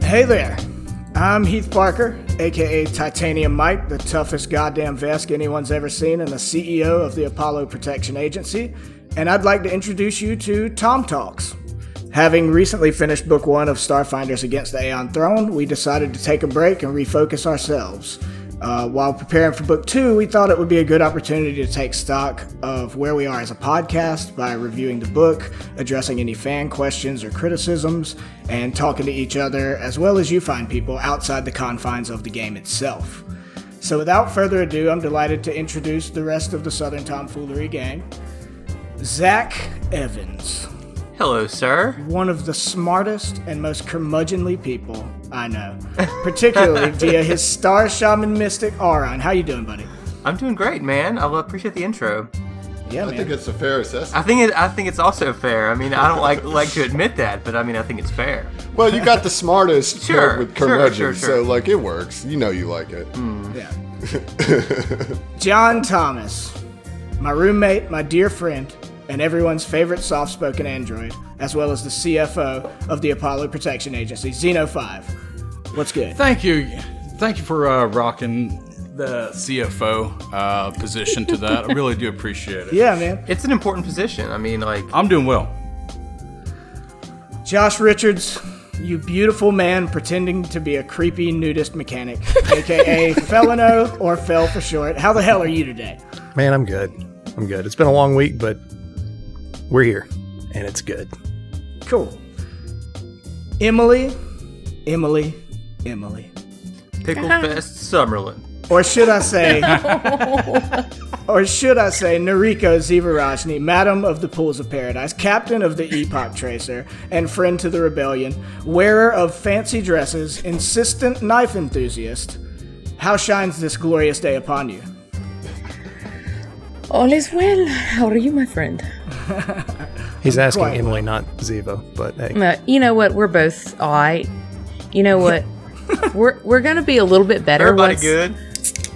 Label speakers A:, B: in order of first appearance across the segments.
A: Hey there. I'm Heath Parker, aka Titanium Mike, the toughest goddamn Vesk anyone's ever seen, and the CEO of the Apollo Protection Agency. And I'd like to introduce you to Tom Talks. Having recently finished book one of Starfinders Against the Aeon Throne, we decided to take a break and refocus ourselves. Uh, while preparing for book two, we thought it would be a good opportunity to take stock of where we are as a podcast by reviewing the book, addressing any fan questions or criticisms, and talking to each other, as well as you find people outside the confines of the game itself. So, without further ado, I'm delighted to introduce the rest of the Southern Tomfoolery gang Zach Evans,
B: Hello, sir.
A: one of the smartest and most curmudgeonly people I know, particularly via his star shaman mystic Auron. How you doing, buddy?
B: I'm doing great, man. I lo- appreciate the intro.
A: Yeah,
C: I think
A: man.
C: it's a fair assessment.
B: I think it, I think it's also fair. I mean, I don't like like to admit that, but I mean, I think it's fair.
C: Well, you got the smartest
B: Sure,
C: paired with
B: sure,
C: curmudgeon,
B: sure, sure. Hmm.
C: so like it works. You know you like it.
A: Yeah. John Thomas, my roommate, my dear friend, and everyone's favorite soft-spoken android, as well as the CFO of the Apollo Protection Agency, Xeno Five. What's good?
D: Thank you. Thank you for uh, rocking the CFO uh, position to that. I really do appreciate it.
A: Yeah, man.
B: It's an important position. I mean, like
D: I'm doing well.
A: Josh Richards, you beautiful man pretending to be a creepy nudist mechanic, aka Felino or Fel for short. How the hell are you today?
E: Man, I'm good. I'm good. It's been a long week, but we're here and it's good.
A: Cool. Emily, Emily, Emily.
B: Pickle Fest Summerlin.
A: Or should I say, or should I say, Nariko Zivarajni, Madam of the Pools of Paradise, Captain of the E Epoch Tracer, and friend to the Rebellion, wearer of fancy dresses, insistent knife enthusiast. How shines this glorious day upon you?
F: All is well. How are you, my friend?
E: He's asking
A: quite
E: Emily, not Ziva, but hey,
F: Uh, you know what? We're both all right. You know what? we're we're gonna be a little bit better
B: Everybody
F: once
B: good?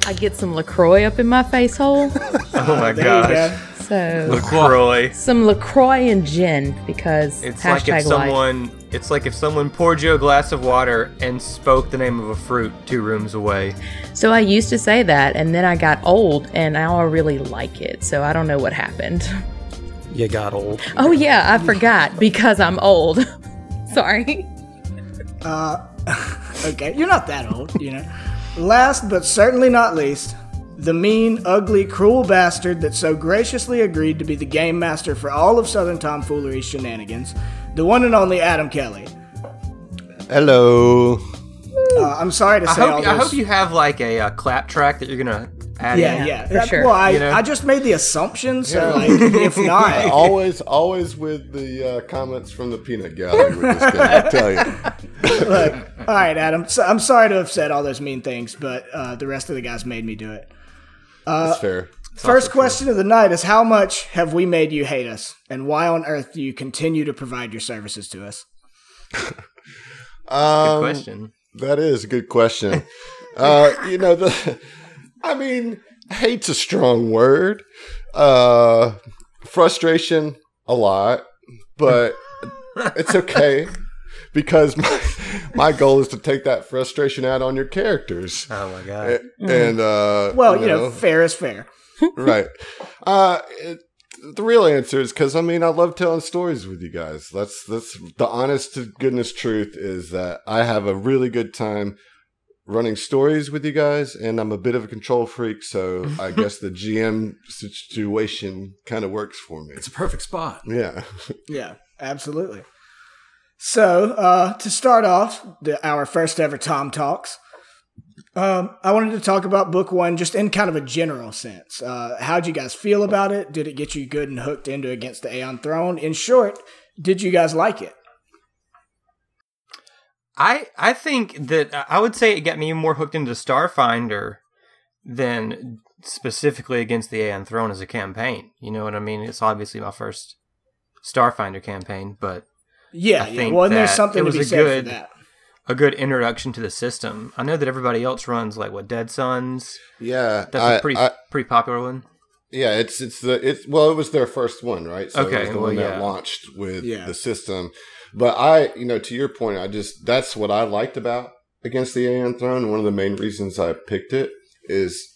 F: I get some Lacroix up in my face hole.
B: Oh my
A: There you
B: gosh.
A: go.
F: So
B: LaCroix.
F: some Lacroix and gin because
B: It's
F: hashtag
B: like if
F: life.
B: someone it's like if someone poured you a glass of water and spoke the name of a fruit two rooms away.
F: So I used to say that, and then I got old, and now I really like it. So I don't know what happened.
E: you got old.
F: Oh yeah, I forgot because I'm old. Sorry.
A: Okay, you're not that old, you know. Last but certainly not least, the mean, ugly, cruel bastard that so graciously agreed to be the game master for all of Southern Tomfoolery's shenanigans, the one and only Adam Kelly.
C: Hello.
A: Uh, I'm sorry to
B: I
A: say all
B: hope,
A: this.
B: I hope you have like a, uh clap track that you're gonna add.
A: yeah, yeah.
B: in.
F: for
A: That-
F: sure,
A: Well, I,
B: you know?
A: I just made the assumption, so like, if not,
C: always, always with the uh, comments from the peanut gallery with this thing. I tell you,
A: look, all right, Adam. So I'm sorry to have said all those mean things, but uh, the rest of the guys made me do it.
C: that's fair.
A: First question of the night is how much have we made you hate us, and why on earth do you continue to provide your services to us?
B: Good
C: Um,
B: question.
C: That is a good question. uh, you know, the, I mean, hate's a strong word. Uh, frustration, a lot, but it's okay because my, my goal is to take that frustration out on your characters.
B: Oh my god.
C: A- And uh,
A: Well, you know, fair is fair.
C: right. Uh, it, the real answer is because I mean I love telling stories with you guys. That's that's the honest to goodness truth is that I have a really good time running stories with you guys, and I'm a bit of a control freak, so I guess the GM situation kind of works for me.
D: It's a perfect spot.
C: Yeah,
A: Yeah, absolutely. So, uh, to start off the, our first ever Tom Talks, um, I wanted to talk about book one just in kind of a general sense. Uh, how'd you guys feel about it? Did it get you good and hooked into Against the Aeon Throne? In short, did you guys like it?
B: I I think that uh, I would say it got me more hooked into Starfinder than specifically against the Aeon Throne as a campaign. You know what I mean? It's obviously my first Starfinder campaign, but
A: Yeah,
B: I
A: yeah.
B: think
A: Well, and there's
B: that
A: something
B: it
A: to
B: was
A: be
B: a
A: said
B: good-
A: for that.
B: a good introduction to the system. I know that everybody else runs like what Dead Sons.
C: yeah.
B: That's
C: I-
B: a pretty
C: I-
B: pretty popular one.
C: Yeah, it's it's the it's well, it was their first one, right? So
B: Okay,
C: it was the
B: well,
C: one that
B: yeah.
C: launched with
A: Yeah.
C: the system. But I, you know, to your point, I just that's what I liked about Against the Aeon Throne. One of the main reasons I picked it is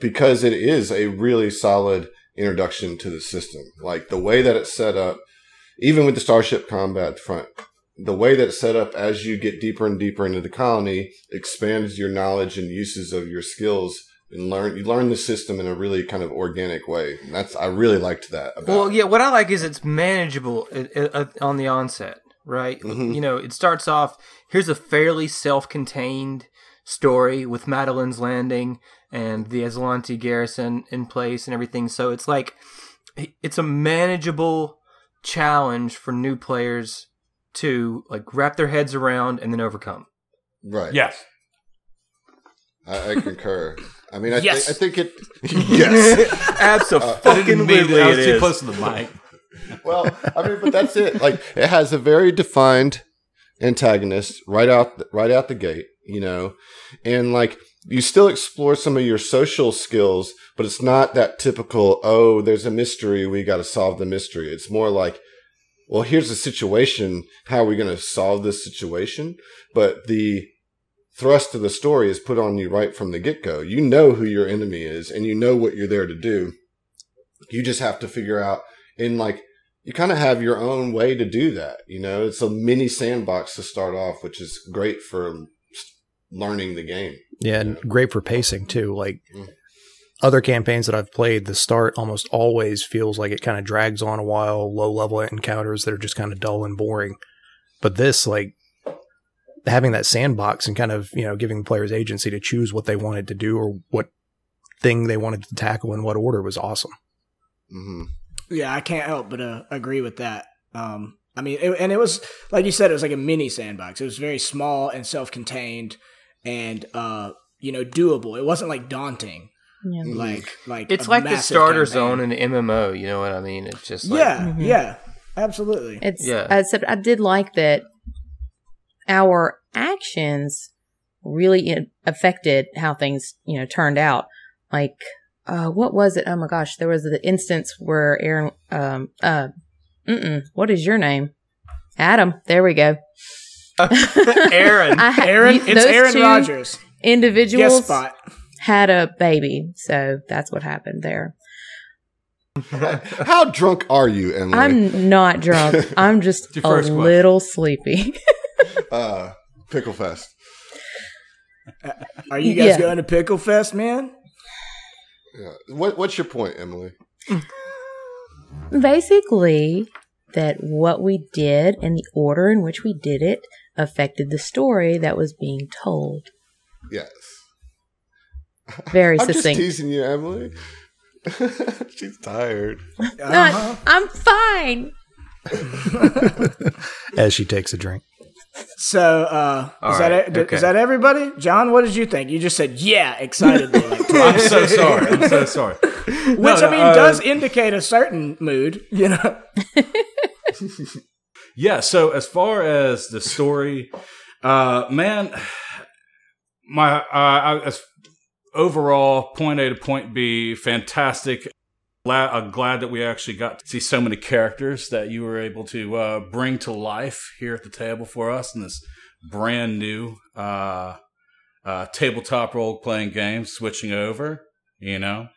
C: because it is a really solid introduction to the system. Like the way that it's set up, even with the starship combat front, the way that it's set up as you get deeper and deeper into the colony expands your knowledge and uses of your skills and learn you learn the system in a really kind of organic way. And that's I really liked that about
B: Well, yeah, what I like is it's manageable i- i- uh, on the onset, right?
A: Mm-hmm.
B: You know, it starts off here's a fairly self contained story with Madeline's Landing and the Aslanti garrison in place and everything. So it's like it's a manageable challenge for new players to like wrap their heads around and then overcome.
C: right.
D: Yes.
C: I, I concur. I mean, I, thi-
B: Yes.
C: I think it. yes.
D: I didn't
B: Absolutely,
D: mean to- I was
B: it
D: too
B: is.
D: close to the mic.
C: Well, I mean, but that's it. Like, it has a very defined antagonist right out, th- right out the gate, you know, and like you still explore some of your social skills, but it's not that typical. Oh, there's a mystery. We got to solve the mystery. It's more like, well, here's the situation. How are we going to solve this situation? But the thrust of the story is put on you right from the get go. You know who your enemy is and you know what you're there to do. You just have to figure out in like, you kind of have your own way to do that. You know, it's a mini sandbox to start off, which is great for learning the game.
E: Yeah, and great for pacing too. Like
C: Mm.
E: other campaigns that I've played, the start almost always feels like it kind of drags on a while, low level encounters that are just kind of dull and boring. But this, like having that sandbox and kind of, you know, giving players agency to choose what they wanted to do or what thing they wanted to tackle in what order was awesome.
C: hmm
A: Yeah, I can't help but uh, agree with that. Um, I mean, it, and it was like you said, it was like a mini sandbox. It was very small and self-contained, and uh, you know, doable. It wasn't like daunting,
F: Yeah.
A: like like
B: It's
A: a
B: like the
A: massive
B: starter
A: campaign.
B: zone in an MMO, you know what I mean? It's just like mm-hmm.
A: yeah,
F: Mhm.
A: yeah, absolutely.
F: It's uh,
B: Yeah.
F: except I did like that our actions really in- affected how things, you know, turned out. Like uh what was it? Oh my gosh, there was the instance where Aaron um uh mm-mm, what is your name? Adam. There we go.
B: Aaron.
F: I ha-
A: Aaron,
F: you-
A: it's
F: those
A: Aaron
F: two
A: Rodgers.
F: Individuals
A: Guest spot.
F: had a baby, so that's what happened there.
C: How drunk are you, Emily?
F: I'm not drunk. I'm just
D: Your
F: a
D: first question.
F: little sleepy.
C: uh, Pickle Fest.
A: Are you guys
F: Yeah.
A: going to Pickle Fest, man?
C: Yeah. What, what's your point, Emily?
F: basically that what we did and the order in which we did it affected the story that was being told.
C: Yes.
F: Very
C: I'm just
F: succinct.
C: teasing you, Emily. She's tired.
F: No,
C: Uh-huh.
A: Uh-huh.
F: I'm fine.
E: As she takes a drink.
A: So uh,
B: All
A: is that
B: right,
A: it? D-
B: okay.
A: is that everybody? John, what did you think? You just said yeah, excitedly. like,
D: I'm so sorry. I'm so sorry.
A: Which
D: no,
A: I mean
D: uh,
A: does indicate a certain mood, you know.
D: Yeah. So as far as the story, uh, man, my uh, I, as overall point A to point B, fantastic. Glad, I'm glad that we actually got to see so many characters that you were able to uh, bring to life here at the table for us in this brand new uh, uh, tabletop role playing game. Switching over, you know.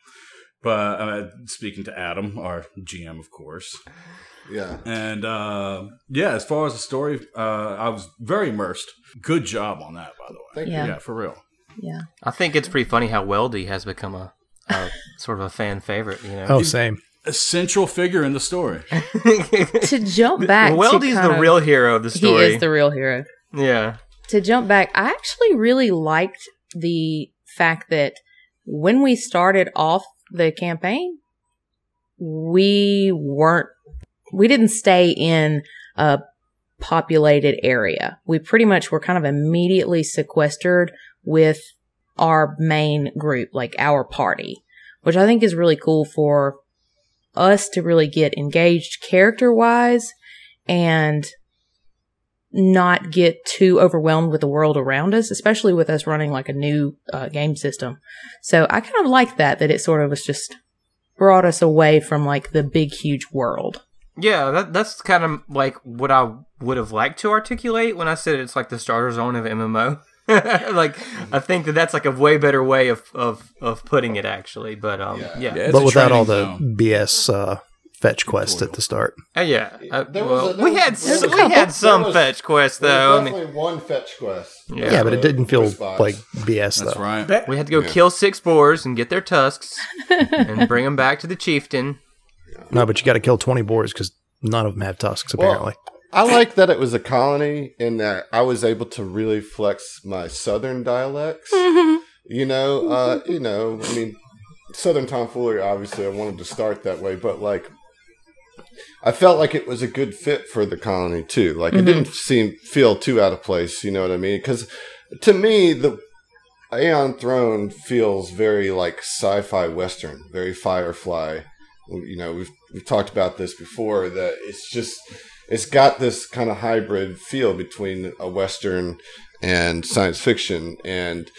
D: But uh, speaking to Adam, our GM, of course,
C: Yeah.
D: and uh, yeah, as far as the story, uh, I was very immersed. Good job on that, by the way.
C: Thank
F: Yeah.
D: Yeah, for real.
F: Yeah.
B: I think it's pretty funny how Weldy has become a, a sort of a fan favorite. You know,
E: Oh, same.
D: A central figure in the story.
F: To jump back, to
B: Weldy's
F: kind
B: the
F: of-
B: real hero of the story.
F: He is the real hero.
B: yeah,
F: To jump back, I actually really liked the fact that when we started off the campaign, we weren't, we didn't stay in a populated area. We pretty much were kind of immediately sequestered with our main group, like our party, which I think is really cool for us to really get engaged character wise and not get too overwhelmed with the world around us, especially with us running like a new uh, game system. So I kind of like that, that it sort of was just brought us away from like the big, huge world.
B: Yeah, that, that's kind of like what I would have liked to articulate when I said it's like the starter zone of MMO. like I think that that's like a way better way of of, of putting it actually. But um, yeah, yeah,
D: It's
E: but
D: a
E: without
D: training
E: all the
D: zone.
E: BS uh, fetch quest at the start.
B: Uh, yeah. Uh,
C: There was
B: well,
C: a- there
B: we
C: was-
B: had
C: there was a
B: we
C: couple.
B: had some
C: There was-
B: fetch quests
C: There's
B: though. I mean,
C: definitely one fetch quest.
B: Yeah.
E: Yeah, but it didn't feel
C: Response.
E: like BS
D: That's
E: though.
D: right.
A: Bet-
B: we had to go kill six boars and get their tusks and bring them back to the chieftain.
E: No, but you got to kill twenty boars because none of them have tusks
C: Well,
E: apparently.
C: I like that it was a colony in that I was able to really flex my southern dialects. you know, uh, you know, I mean, southern tomfoolery. Obviously, I wanted to start that way, but like, I felt like it was a good fit for the colony too. Like, it didn't seem feel too out of place. You know what I mean? Because to me, the Aeon Throne feels very like sci-fi western, very Firefly. You know, we've we've talked about this before. That it's just it's got this kind of hybrid feel between a western and science fiction, and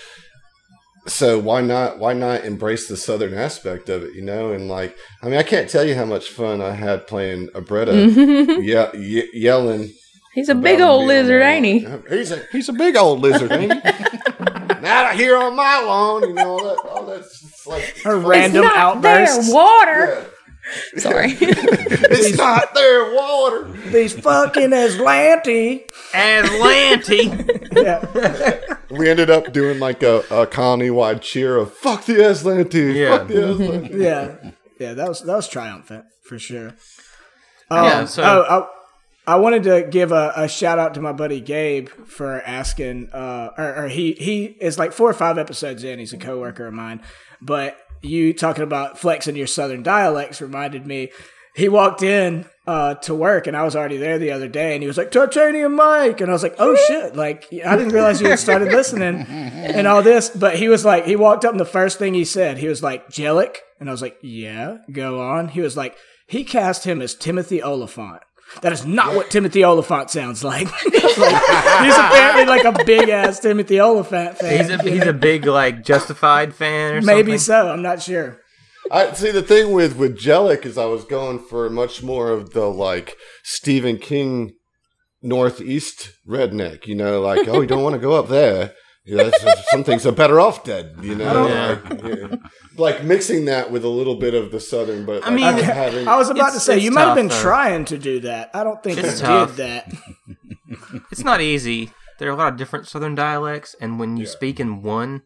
C: so why not why not embrace the southern aspect of it? You know, and like I mean, I can't tell you how much fun I had playing Abretta. Yeah, ye- yelling
F: He's a Mm-hmm. big old lizard, ain't he?
C: he? He's a he's a big old lizard, ain't he? Not out here on my lawn, you know all that. All that's just like
A: Her random
F: Not
A: outbursts.
F: there, water.
C: yeah.
F: Sorry.
C: it's not their water.
A: These fucking Aslanti.
B: Atlante.
A: Yeah.
C: We ended up doing like a, a colony wide cheer of "fuck the Aslanti,
B: Yeah.
C: fuck the Aslanti."
A: Yeah. Yeah, that was that was triumphant for sure.
B: yeah. So
A: Oh, I, I wanted to give a, a shout out to my buddy Gabe for asking. Uh, or, or he he is like four or five episodes in. He's a coworker of mine, but you talking about flexing your southern dialects reminded me. He walked in uh, to work, and I was already there the other day, and he was like Titanium Mike, and I was like, oh shit, like I didn't realize you had started listening and all this. But he was like, he walked up, and the first thing he said, he was like Jellic, and I was like, yeah, go on. He was like, he cast him as Timothy Oliphant. That is not what Timothy Oliphant sounds like. It's like, he's apparently like a big ass Timothy Oliphant fan.
B: he's a, he's a big like Justified fan or
A: Maybe
B: something.
A: so. I'm not sure.
C: I see the thing with with Jellic is I was going for much more of the like Stephen King northeast redneck, you know, like oh you don't want to go up there. You know, that's- some things are better off dead, you know.
B: Yeah.
C: Like, yeah. Like mixing that with a little bit of the southern, but
B: I
C: like,
B: mean-
C: having
A: I was about
B: It's-
A: to say
B: it's
A: you might have
B: tough,
A: been
B: though.
A: trying to do that. I don't think
B: It's
A: you
B: tough.
A: did that.
B: It's not easy. There are a lot of different Southern dialects, and when you speak in one,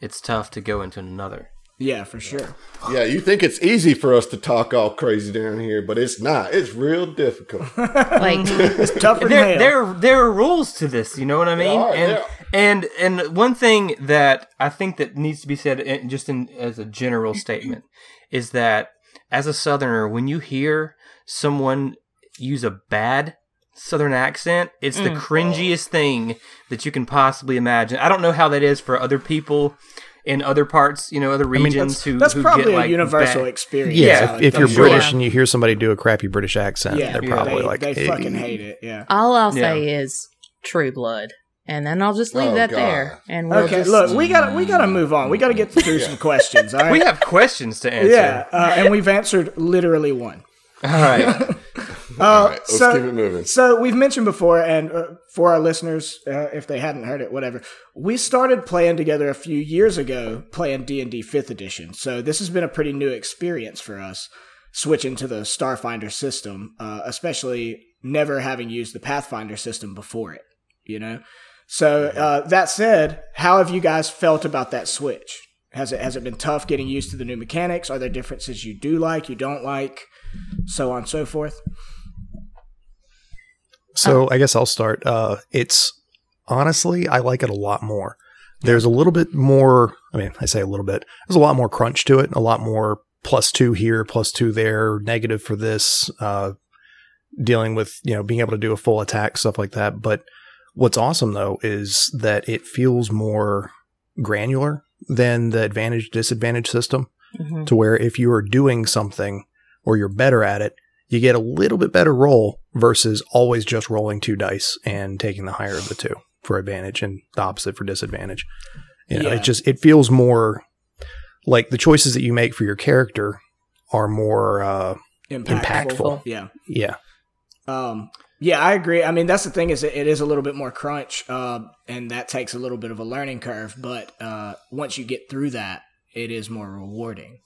B: it's tough to go into another.
A: Yeah, for sure.
C: yeah, you think it's easy for us to talk all crazy down here, but it's not. It's real difficult.
F: Like,
A: It's tougher than
B: there,
A: hell.
B: there, there are rules to this. You know what I mean?
C: are,
B: and
C: there are.
B: and and one thing that I think that needs to be said, in, just in as a general statement, is that as a Southerner, when you hear someone use a bad Southern accent, it's the
A: Mm.
B: cringiest thing that you can possibly imagine. I don't know how that is for other people in other parts, you know, other regions
A: that's,
B: who
A: that's
B: who
A: probably
B: get, like,
A: a universal
B: bad-
A: experience.
E: Yeah,
B: Yeah,
E: if, if
A: I'm
E: you're
A: sure.
E: British and you hear somebody do a crappy British accent,
A: yeah,
E: they're
A: yeah,
E: probably
A: they,
E: like,
A: they
E: "Hey."
A: fucking hate it. Yeah.
F: all I'll
B: Yeah.
F: say is True Blood. And then I'll just leave
C: Oh,
F: that
C: God.
F: there. And we'll
A: Okay,
F: just-
A: look, we got to we got to move on. We got to get through some questions. All right.
B: We have questions to answer.
A: yeah, uh, and we've answered literally one. Uh,
B: All right.
C: all right, let's
A: so-
C: keep it moving.
A: So we've mentioned before, and uh, for our listeners, uh, if they hadn't heard it, whatever, we started playing together a few years ago, playing D and D Fifth Edition. So this has been a pretty new experience for us, switching to the Starfinder system, uh, especially never having used the Pathfinder system before it. You know. So uh, that said, how have you guys felt about that switch? Has it has it been tough getting used to the new mechanics? Are there differences you do like, you don't like, so on and so forth?
E: So I guess I'll start. Uh, it's honestly, I like it a lot more. There's a little bit more. I mean, I say a little bit. There's a lot more crunch to it. A lot more plus two here, plus two there, negative for this. Uh, dealing with you know being able to do a full attack, stuff like that. But what's awesome though is that it feels more granular than the advantage disadvantage system
F: Mhm.
E: to where if you are doing something or you're better at it, you get a little bit better roll versus always just rolling two dice and taking the higher of the two for advantage and the opposite for disadvantage. You know,
A: Yeah.
E: it just it feels more like the choices that you make for your character are more uh,
A: impactful.
E: Impactful.
A: Yeah.
E: Yeah.
A: Um, yeah, I agree. I mean, that's the thing is it, it is a little bit more crunch, uh, and that takes a little bit of a learning curve. But uh, once you get through that, it is more rewarding.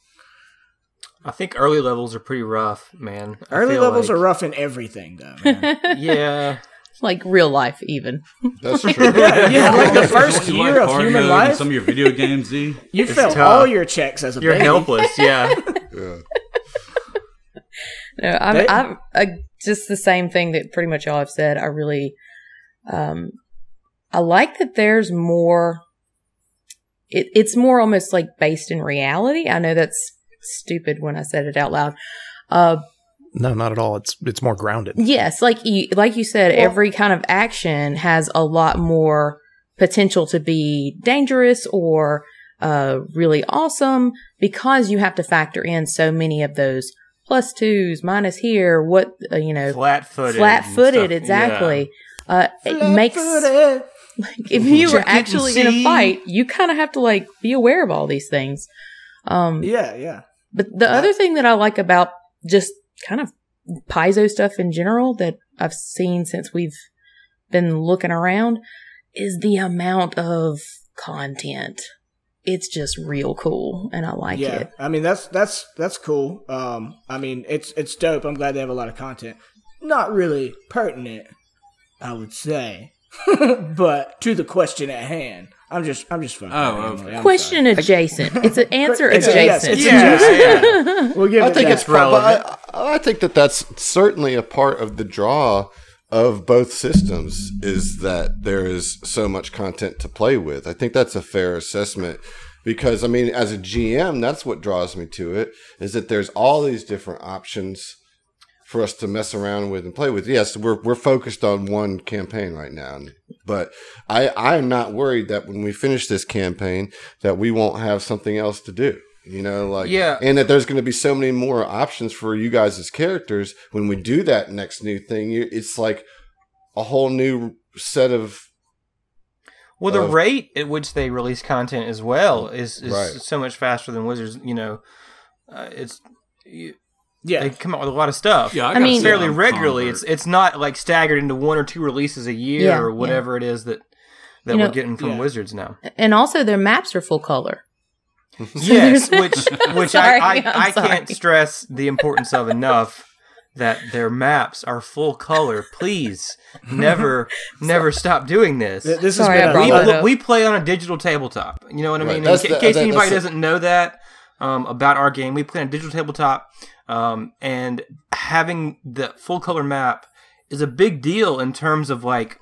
B: I think early levels are pretty rough, man. I
A: Early
B: feel
A: levels
B: like-
A: are rough in everything, though. man.
B: Yeah,
F: like real life, even.
C: That's true.
A: yeah, yeah, like the
D: Is
A: first
D: what you like
A: year of
D: hard
A: human
D: coding in
A: life,
D: Some of your video games, Z.
A: you
B: It's
A: felt
B: tough.
A: all your checks as a
B: you're
A: baby.
B: helpless. Yeah,
C: yeah.
F: No, I'm,
A: They-
F: I'm uh, just the same thing that pretty much y'all have said. I really, um, I like that there's more. It, it's more almost like based in reality. I know that's stupid when I said it out loud. Uh,
E: No, not at all. It's it's more grounded.
F: yes, like you, like you said, every kind of action has a lot more potential to be dangerous or uh, really awesome because you have to factor in so many of those plus twos, minus here, what uh, you know,
B: flat footed.
F: flat footed exactly uh it makes
A: Flat-footed.
F: like if you
B: Check
F: were
B: it and
F: actually in a
B: see.
F: fight you kind of have to like be aware of all these things um
A: Yeah, yeah.
F: but the other thing that i like about just kind of piezo stuff in general that i've seen since we've been looking around is the amount of content it's just real cool and i like
A: yeah.
F: it
A: I mean that's that's that's cool. Um I mean it's it's dope. I'm glad they have a lot of content. Not really pertinent, I would say. but to the question at hand. I'm just I'm just fucking
D: Oh,
A: around,
D: okay.
A: Emily. I'm
F: question adjacent it's an answer
A: It's a- yes,
F: adjacent
A: it's
B: Yeah,
A: adjacent. sorry. We'll give
C: I
A: it
C: think
A: that.
C: it's probably.
B: relevant.
C: I, I think that that's certainly a part of the draw of both systems is that there is so much content to play with. I think that's a fair assessment because I mean, as a GM, that's what draws me to it is that there's all these different options for us to mess around with and play with. Yes, we're we're focused on one campaign right now, but I I am not worried that when we finish this campaign that we won't have something else to do. You know, like
B: Yeah.
C: and that there's going to be so many more options for you guys as characters when we do that next new thing. You, it's like a whole new set of
B: Well, the
C: of-
B: rate at which they release content as well is, is
C: Right.
B: so much faster than Wizards. You know, uh, it's you,
A: Yeah.
B: they come out with a lot of stuff.
D: Yeah, I,
F: I
D: gotta
F: mean-
D: say
B: fairly
D: I'm
B: regularly.
D: convert.
B: It's it's not like staggered into one or two releases a year
F: Yeah,
B: or
F: yeah.
B: whatever it is that that
F: You
B: we're
F: know-
B: getting from
A: Yeah.
B: Wizards now.
F: and also their maps are full color
B: yes, which which
F: Sorry,
B: I
F: I'm
B: I, I can't
F: sorry.
B: stress the importance of enough. That their maps are full color. Please, never, never stop doing this.
A: Th- this
F: Sorry, I
A: has been
F: brought
B: we,
A: a,
F: that
A: lo-
F: up.
B: we play on a digital tabletop. You know what I
C: Right.
B: mean? In,
C: That's
B: ca-
C: the-
B: case
C: that-
B: anybody
C: that's the-
B: doesn't know that um, about our game, we play on a digital tabletop, um, and having the full color map is a big deal in terms of like,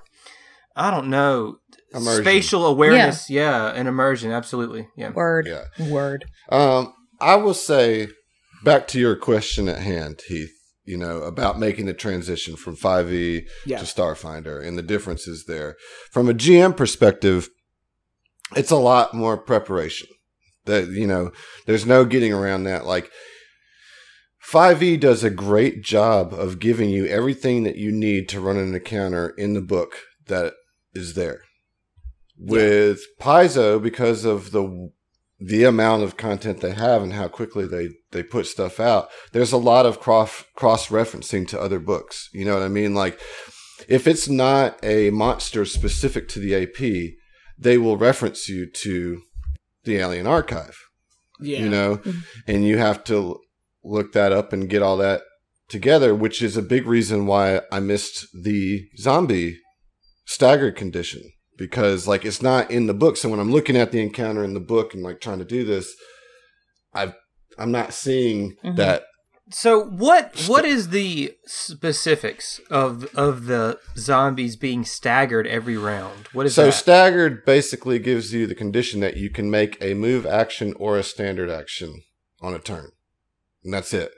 B: I don't know,
C: Immersion.
B: spatial awareness. Yeah. and immersion. Absolutely. Yeah.
F: word
C: yeah.
F: word
C: Um, I will say, back to your question at hand, Heath. You know about making the transition from five E
A: Yeah.
C: to Starfinder and the differences there. From a GM perspective, it's a lot more preparation. That you know, there's no getting around that. Like 5e does a great job of giving you everything that you need to run an encounter in the book that is there. With Paizo, because of the the amount of content they have and how quickly they they put stuff out, there's a lot of cross cross referencing to other books. You know what I mean? Like if it's not a monster specific to the AP, they will reference you to the Alien Archive
A: yeah.
C: you know and you have to l- look that up and get all that together which is a big reason why i missed the zombie staggered condition because like it's not in the book so when i'm looking at the encounter in the book and like trying to do this i've i'm not seeing
F: Mhm.
C: that
B: So what what is the specifics of of the zombies being staggered every round? What is
C: so
B: that?
C: staggered basically gives you the condition that you can make a move action or a standard action on a turn and that's it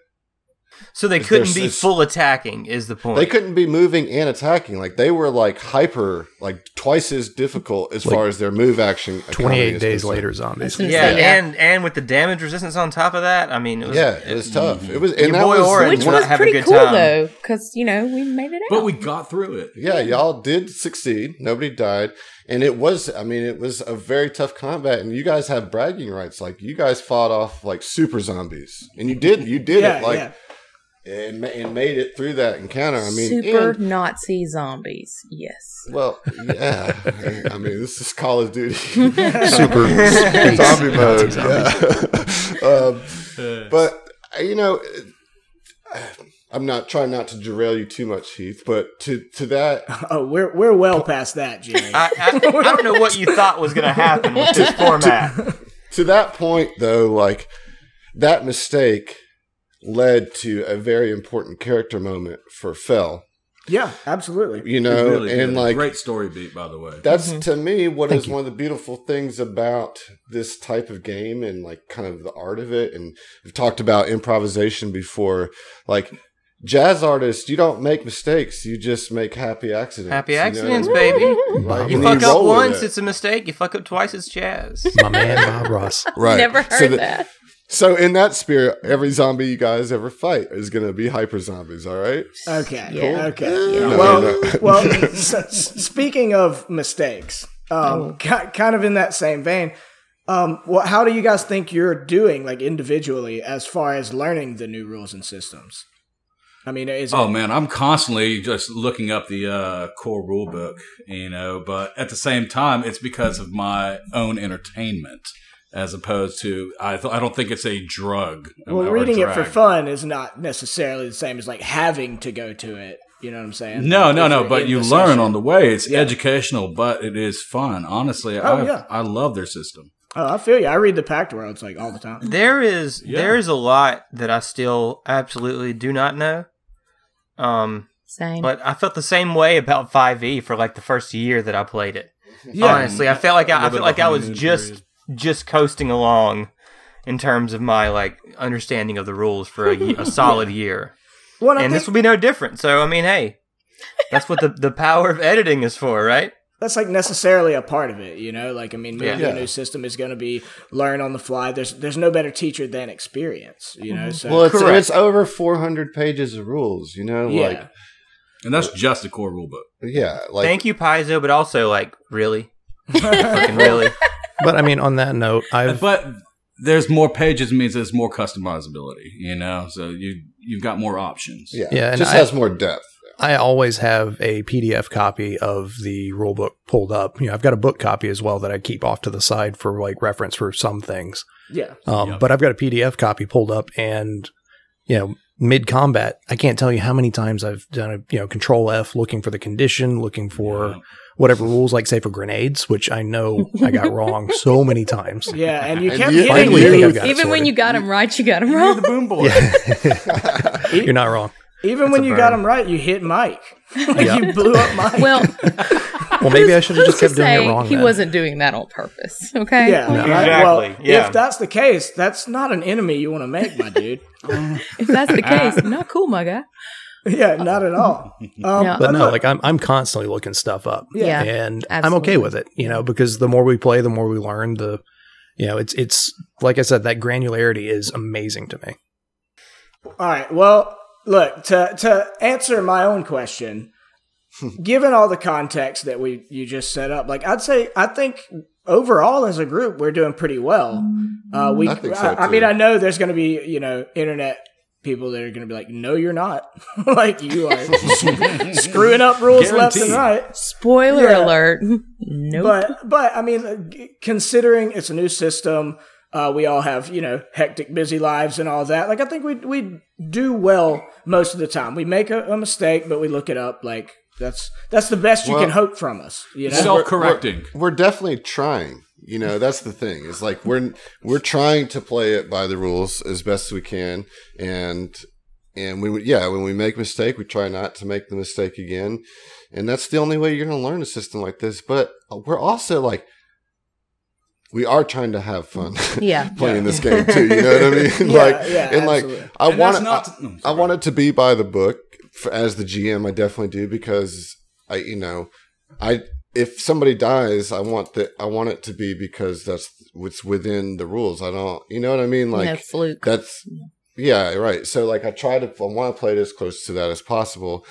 B: so they
C: is
B: couldn't
C: there
B: be
C: s-
B: full attacking. Is the point?
C: They couldn't be moving and attacking. Like they were like hyper, like twice as difficult as
E: Like
C: far as their move action. economy
E: Twenty eight
C: is
E: days
C: concerned.
E: later, zombies.
F: That's
B: yeah,
F: So, yeah.
B: and and with the damage resistance on top of that, I mean, it was,
C: yeah, it was tough. It was,
B: Your
C: and that
B: boy
C: was
B: Orange
F: which
B: We're not
F: was
B: having a
F: pretty
B: good
F: cool
B: time.
F: though, because you know we made it out.
D: but we got through it.
C: Yeah, y'all did succeed. Nobody died, and it was. I mean, it was a very tough combat, and you guys have bragging rights. Like you guys fought off like super zombies, and you did. You did
A: yeah,
C: it. Like
A: yeah.
C: and, ma- and made it through that encounter. I mean,
F: super
C: and-
F: Nazi zombies. Yes.
C: well, yeah. I mean, this is Call of Duty zombie
E: Super
C: mode.
E: Zombies.
C: yeah. um, but uh, you know, uh, I'm not trying not to derail you too much, Heath. But to to that,
A: Oh, we're we're well past that, Jimmy.
C: Ah.
B: I, I, I don't know what you thought was going to happen with this format.
C: to that point though like that mistake led to a very important character moment for fell
A: yeah, absolutely.
C: you know
D: Really good.
C: and like
D: great story beat, by the way.
C: that's to me what is
E: Thank you.
C: one of the beautiful things about this type of game and like kind of the art of it and we've talked about improvisation before like jazz artists you don't make mistakes you just make happy accidents
B: Happy
C: you know what I
B: accidents,
C: mean?
B: baby.
C: Like,
B: You
C: and
B: fuck up
C: roll with
B: once,
C: it.
B: it's a mistake. You fuck up twice, it's jazz.
E: My man, Bob Ross.
C: right
F: Never heard
C: So the-
F: that.
C: So in that spirit, every zombie you guys ever fight is going to be hyper zombies. All right.
A: Okay.
F: Yeah.
A: Okay.
C: Yeah. No,
A: Well,
C: no.
A: well. s- s- speaking of mistakes,
F: Oh.
A: um, ki- kind of in that same vein, um, well, how do you guys think you're doing, like individually, as far as learning the new rules and systems? I mean, is it,
D: Oh man, I'm constantly just looking up the uh, core rule book, you know. But at the same time, it's because of my own entertainment, as opposed to I. Th- I don't think it's a drug.
A: well,
D: or
A: reading it for
D: drag.
A: fun is not necessarily the same as like having to go to it. You know what I'm saying?
D: No,
A: Like,
D: no,
A: if
D: no.
A: you're
D: But
A: in
D: you
A: the
D: learn
A: session.
D: on the way. It's educational, but it is fun. Honestly, I
A: Oh, yeah.
D: I love their system.
A: Oh, I feel you. I read the Pact Worlds like all the time.
B: There is
D: Yeah.
B: there is a lot that I still absolutely do not know. Um,
F: Same.
B: but I felt the same way about 5e for like the first year that I played it. Honestly, I felt like
D: A
B: I, I
D: little
B: felt
D: bit
B: like
D: of a
B: I was
D: honeymoon
B: just
D: period.
B: just coasting along in terms of my like understanding of the rules for a, ye- a solid year.
A: Well, I
B: and
A: think
B: this will be no different. So I mean, hey, that's what the the power of editing is for, right?
A: that's like necessarily a part of it, you know. Like, I mean, moving to
C: Yeah.
A: a new system is going to be learn on the fly. There's there's no better teacher than experience, you know.
E: Mm-hmm.
A: So
C: Well, it's,
B: Correct.
C: it's over 400 pages of rules, you know?
A: yeah,
C: Like,
D: and that's just the core rule book.
C: yeah. Like,
B: Thank you, Paizo, but also like really, Fucking really.
E: But I mean, on that note, I've
D: But there's more pages means there's more customizability. You know, so you you've got more options.
C: Yeah.
E: Yeah, and
C: just
E: I-
C: has more depth.
E: I always have a PDF copy of the rule book pulled up. You know, I've got a book copy as well that I keep off to the side for like reference for some things.
A: yeah.
E: Um,
D: Yep.
E: But I've got a PDF copy pulled up, and you know, mid combat, I can't tell you how many times I've done a you know Control F looking for the condition, looking for
D: Yeah.
E: whatever rules, like say for grenades, which I know I got wrong so many times.
A: yeah, and you
C: And
A: kept
C: you-
A: hitting
E: Finally, I think
A: you,
E: I've got it
F: Even when
E: sorted.
F: you got them right, you got them
D: You're
F: wrong.
D: the boom boy.
E: Yeah. You're not wrong.
A: E even when
B: a
A: you got
B: burn.
A: him right, you hit Mike.
E: Yeah.
A: you blew up Mike.
F: Well,
E: Well, maybe I should have just
F: who's
E: kept
F: to
E: doing
F: say
E: it wrong.
F: he
E: then.
F: wasn't doing that on purpose. Okay.
A: yeah,
E: No.
A: right? Well,
B: Exactly, yeah.
A: If that's the case, that's not an enemy you want to make, my dude.
F: If that's the case, not cool, my guy.
A: yeah, not at all. Um,
F: No.
E: But no, like I'm, I'm constantly looking stuff up.
F: Yeah.
E: and I'm
F: absolutely.
E: okay with it, you know, because the more we play, the more we learn. The, you know, it's it's like I said, that granularity is amazing to me.
A: All right. Well, look to to answer my own question.
C: Hmm.
A: given all the context that we you just set up, like I'd say, I think overall as a group we're doing pretty well. Uh, we,
C: I
A: I,
C: think so,
A: I
C: too.
A: mean, I know there's going to be you know internet people that are going to be like, no, you're not. like you are screwing up rules left and
D: Guaranteed.
A: right.
F: Spoiler
A: Yeah.
F: alert. Nope.
A: But but I mean, uh, g- considering it's a new system, uh, we all have you know hectic, busy lives and all that. Like I think we we do well most of the time. We make a, a mistake, but we look it up. Like that's that's the best you
C: Well-
A: can hope from us. You know.
D: Self correcting.
C: We're definitely trying. You know, that's the thing. It's like we're we're trying to play it by the rules as best we can, and and we yeah, when we make a mistake, we try not to make the mistake again, and that's the only way you're going to learn a system like this. But we're also like, we are trying to have fun.
F: Yeah.
C: playing this game too. You know what I mean? like,
A: yeah,
C: and like,
A: absolutely.
C: I
D: And
C: want
D: that's not-
C: I,
D: no,
C: I
D: sorry.
C: want it to be by the book for, as the GM. I definitely do because I, you know, I if somebody dies, I want that. I want it to be because that's what's within the rules. I don't, you know what I mean? Like,
F: no fluke.
C: that's yeah, right. So like I try to I want to play it as close to that as possible.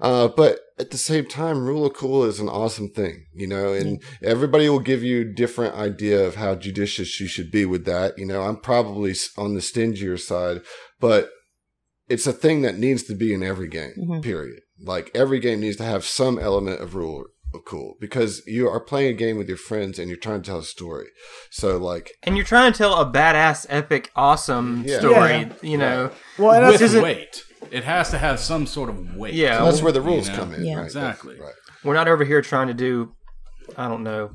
C: Uh, but at the same time, rule of cool is an awesome thing, you know, and everybody will give you different idea of how judicious you should be with that. You know, I'm probably s- on the stingier side, but it's a thing that needs to be in every game.
F: Mhm.
C: Period. Like every game needs to have some element of rule of cool because you are playing a game with your friends and you're trying to tell a story. So like
B: And you're trying to tell a badass, epic, awesome
C: Yeah.
B: story,
A: Yeah.
B: you know.
A: Well, and
D: with
A: that's,
B: isn't-
D: weight. It has to have some sort of weight.
B: Yeah.
C: that's
B: well,
C: where the rules
D: you know,
C: come in.
F: Yeah.
C: right?
D: Exactly.
C: That's- right.
B: We're not over here trying to do, I don't know,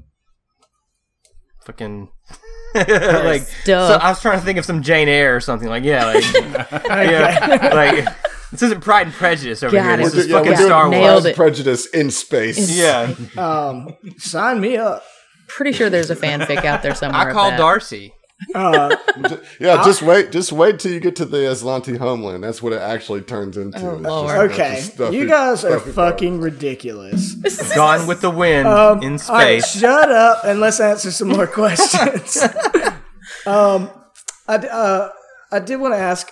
B: fucking. like
F: Duh.
B: so I was trying to think of some Jane Eyre or something like yeah like yeah like this isn't Pride and Prejudice over
F: Got
B: here
F: it.
B: this
C: We're
B: is
C: do- yeah,
B: fucking
C: we're doing
B: Star Wars
F: Nailed
C: Pride and
F: it.
C: Prejudice in space.
B: yeah
A: um, sign me up.
F: Pretty sure there's a fanfic out there somewhere.
B: I
F: of
B: call
F: that.
B: Darcy
A: Uh,
C: Yeah, just wait. Just wait till you get to the Aslanti homeland. That's what it actually turns into.
F: Oh,
C: It's
F: Lord.
C: a bunch of
A: okay,
C: stuff
A: you
C: in-
A: guys are
C: stuff in garbage.
A: fucking ridiculous.
B: Gone with the Wind
A: Um,
B: in
A: all right,
B: space
A: shut up and let's answer some more questions. um, I, d- uh, I did want to ask,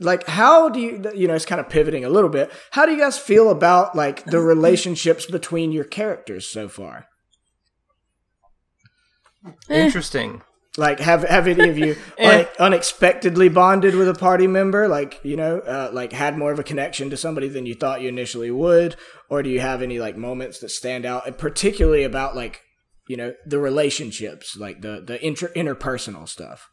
A: like, how do you, you know, it's kind of pivoting a little bit. How do you guys feel about, like, the relationships between your characters so far?
F: Eh.
B: interesting
A: Like, have, have any of you
B: Eh.
A: un- unexpectedly bonded with a party member? Like, you know, uh, like, had more of a connection to somebody than you thought you initially would? Or do you have any, like, moments that stand out, and particularly about, like, you know, the relationships, like the, the inter- interpersonal stuff?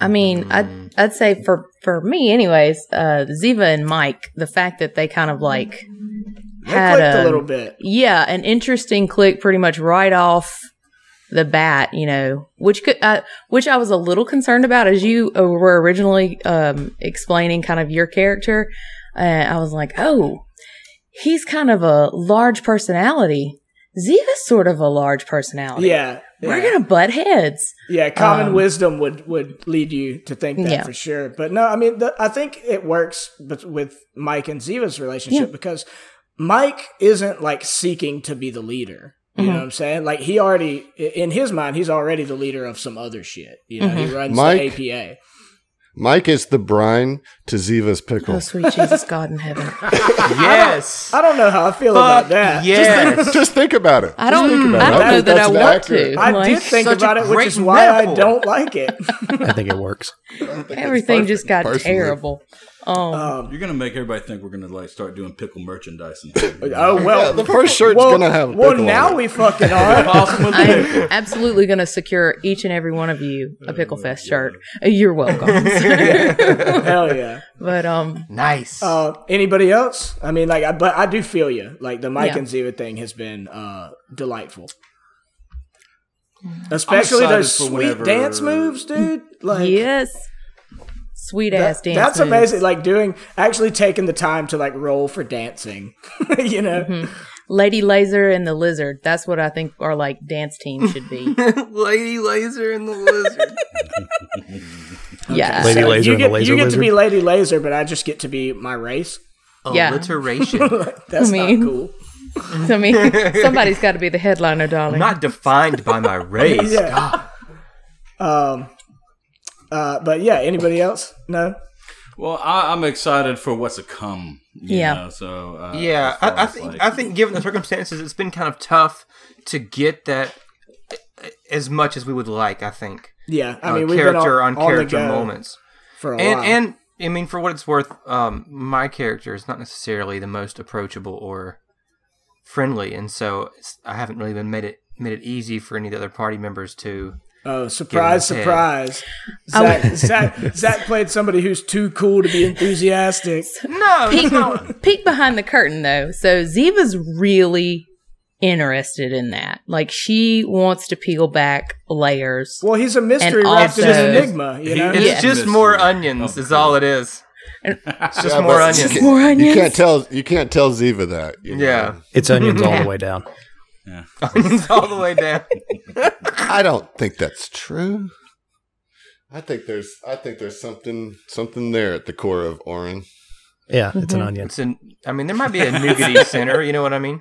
F: I mean, I'd, I'd say for, for me, anyways, uh, Ziva and Mike, the fact that they kind of like
A: They
F: had
A: clicked a
F: um,
A: little bit.
F: yeah, an interesting click pretty much right off the bat, you know, which could, uh, which I was a little concerned about as you uh, were originally um, explaining kind of your character. Uh, I was like, oh, he's kind of a large personality. Ziva's sort of a large personality.
A: Yeah. Yeah,
F: We're gonna butt heads.
A: Yeah, common
F: um,
A: wisdom would would lead you to think that
F: Yeah.
A: for sure. But no, I mean, the, I think it works bet- with Mike and Ziva's relationship
F: Yeah.
A: because Mike isn't like seeking to be the leader. You know
F: Mhm.
A: what I'm saying? Like he already, i- in his mind, he's already the leader of some other shit. You know,
F: Mm-hmm.
A: he runs
C: Mike-
A: the APA.
C: Mike is the brine to Ziva's pickle.
F: Oh, sweet Jesus, God in heaven.
B: yes
A: I don't know how I feel about
B: fuck
A: that.
B: yes
C: Just think about it.
F: I don't,
C: Just think about it.
F: I don't know
C: think
F: that I
C: that's an
F: want
C: accurate-
F: to.
A: I
F: Like,
A: did think
B: such a
A: about it, which
B: great
A: is why I
B: metaphor.
A: don't like it.
E: I think it works.
F: Everything just got
C: Personally.
F: terrible. Um,
A: Um,
D: You're gonna make everybody think we're gonna like start doing pickle merchandise and
A: oh well,
C: Yeah, the first shirt's
A: well,
C: gonna have a
A: well,
C: pickle on
A: now
C: it.
A: we fucking are.
F: I'm absolutely going to secure each and every one of you a Pickle Fest shirt. Uh, You're welcome.
A: Hell yeah.
F: but um,
B: nice
A: Uh, anybody else? I mean, like, I, but I do feel you. Like the Mike
F: Yeah.
A: and Ziva thing has been uh, delightful,
F: Mm-hmm.
A: especially those
D: excited for
A: sweet
D: whenever-
A: dance moves, dude. Like,
F: yes, sweet
A: that-
F: ass dance.
A: That's
F: moves.
A: amazing. Like doing actually taking the time to like roll for dancing. you know,
F: Mm-hmm. Lady Laser and the Lizard. That's what I think our like dance team should be.
B: Lady Laser and the Lizard
F: yeah.
E: Lady
A: So
E: Laser
A: you
E: and
A: get,
E: the Laser
A: you get to be
E: Lizard.
A: Lady Laser, but I just get to be my race.
F: Yeah.
B: alliteration
A: That's
F: I mean-
A: not cool.
F: I mean, somebody's got to be the headliner, darling.
B: not defined by my race
A: Yeah. um. Uh. But yeah. Anybody else? No.
D: Well, I, I'm excited for what's to come. you
F: Yeah.
D: know, so uh,
B: Yeah,
D: as far
B: I, I
D: as,
B: think
D: like-
B: I think given the circumstances, it's been kind of tough to get that as much as we would like. I think
A: Yeah. I
B: uh,
A: mean, we've been
B: character
A: on,
B: on character
A: on the go
B: moments,
A: for a
B: and
A: while.
B: and I mean, for what it's worth, um, my character is not necessarily the most approachable or friendly, and so it's, I haven't really been made it made it easy for any of the other party members to.
A: Oh, surprise,
B: Give him a
A: surprise.
F: I
A: Zach,
F: Oh.
A: Zach, Zach played somebody who's too cool to be enthusiastic.
B: No, that's not.
F: peek, peek behind the curtain though. So Ziva's really interested in that. Like she wants to peel back layers.
A: Well, he's a mystery
F: And
A: wrapped in
F: also-
A: an enigma, you know?
D: He-
B: It's
F: Yeah.
B: just
D: Mystery
B: more
D: of
B: onions
D: the
B: is all it
D: food.
B: is. It's just
C: Yeah,
B: more
C: but
B: onions.
C: You
F: More
C: can't, you
F: onions.
C: can't tell. You can't tell Ziva that. you know?
B: Yeah,
E: It's onions all the way down.
B: onions all the way down.
C: I don't think that's true. I think there's. I think there's something something there at the core of Orin.
E: Yeah, it's
F: Mm-hmm.
E: an onion.
B: It's an, I mean, there might be a nougaty center. You know what I mean?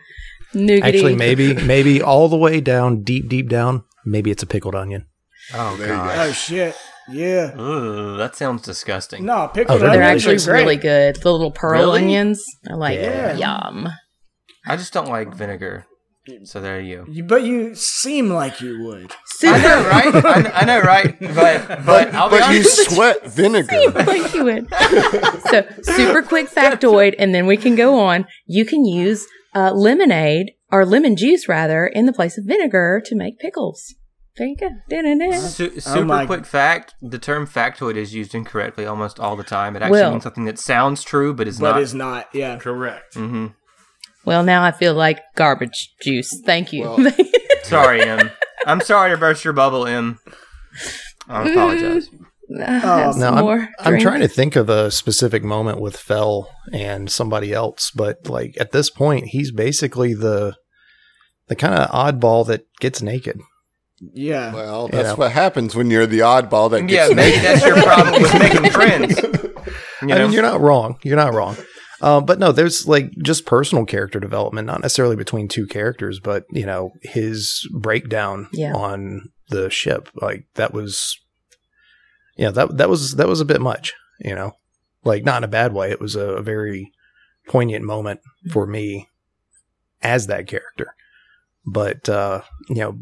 F: Nougaty.
E: Actually, maybe, maybe all the way down, deep, deep down, maybe it's a pickled onion.
B: Oh
C: There you go.
A: Oh, shit. Yeah.
B: Ugh, that sounds disgusting.
A: No, pickled
E: Oh, they're
F: They're
A: onions
F: actually
A: are great.
F: really good. The little pearl
B: Really?
F: onions. I like
A: Yeah.
F: yum.
B: I just don't like vinegar. So there you go.
A: You- But you seem like you would.
B: I
F: Super.
B: know, right? I know, I know, right? But but I'll be
C: But you
B: honest.
C: sweat
F: Seems
C: vinegar.
F: like you would. so, super quick factoid, and then we can go on. You can use uh, lemonade or lemon juice, rather, in the place of vinegar to make pickles. There you go. Da-da-da.
B: Su-
A: Oh
B: super
A: my-
B: quick fact: the term factoid is used incorrectly almost all the time. It actually
F: Well.
B: means something that sounds true but is
A: But
B: not.
A: is not. Yeah.
D: Correct.
B: Mhm.
F: Well, now I feel like garbage juice. Thank you.
C: Well-
B: Sorry, M. I'm sorry to burst your bubble, M. I apologize.
F: Have some
E: No, I'm,
F: more
E: I'm
F: drink.
E: trying to think of a specific moment with Fell and somebody else, but like at this point, he's basically the the kind of oddball that gets naked.
A: Yeah.
C: Well,
E: Yeah.
C: that's what happens when you're the oddball that
B: Yeah,
C: gets
B: maybe that's your problem with making friends. You
E: I
B: know?
E: mean, you're not wrong. You're not wrong. Um, but no, there's like just personal character development, not necessarily between two characters, but you know his breakdown
F: Yeah.
E: on the ship. Like that was, yeah that that was that was a bit much. You know, like not in a bad way. It was a, a very poignant moment for me as that character. But uh, you know,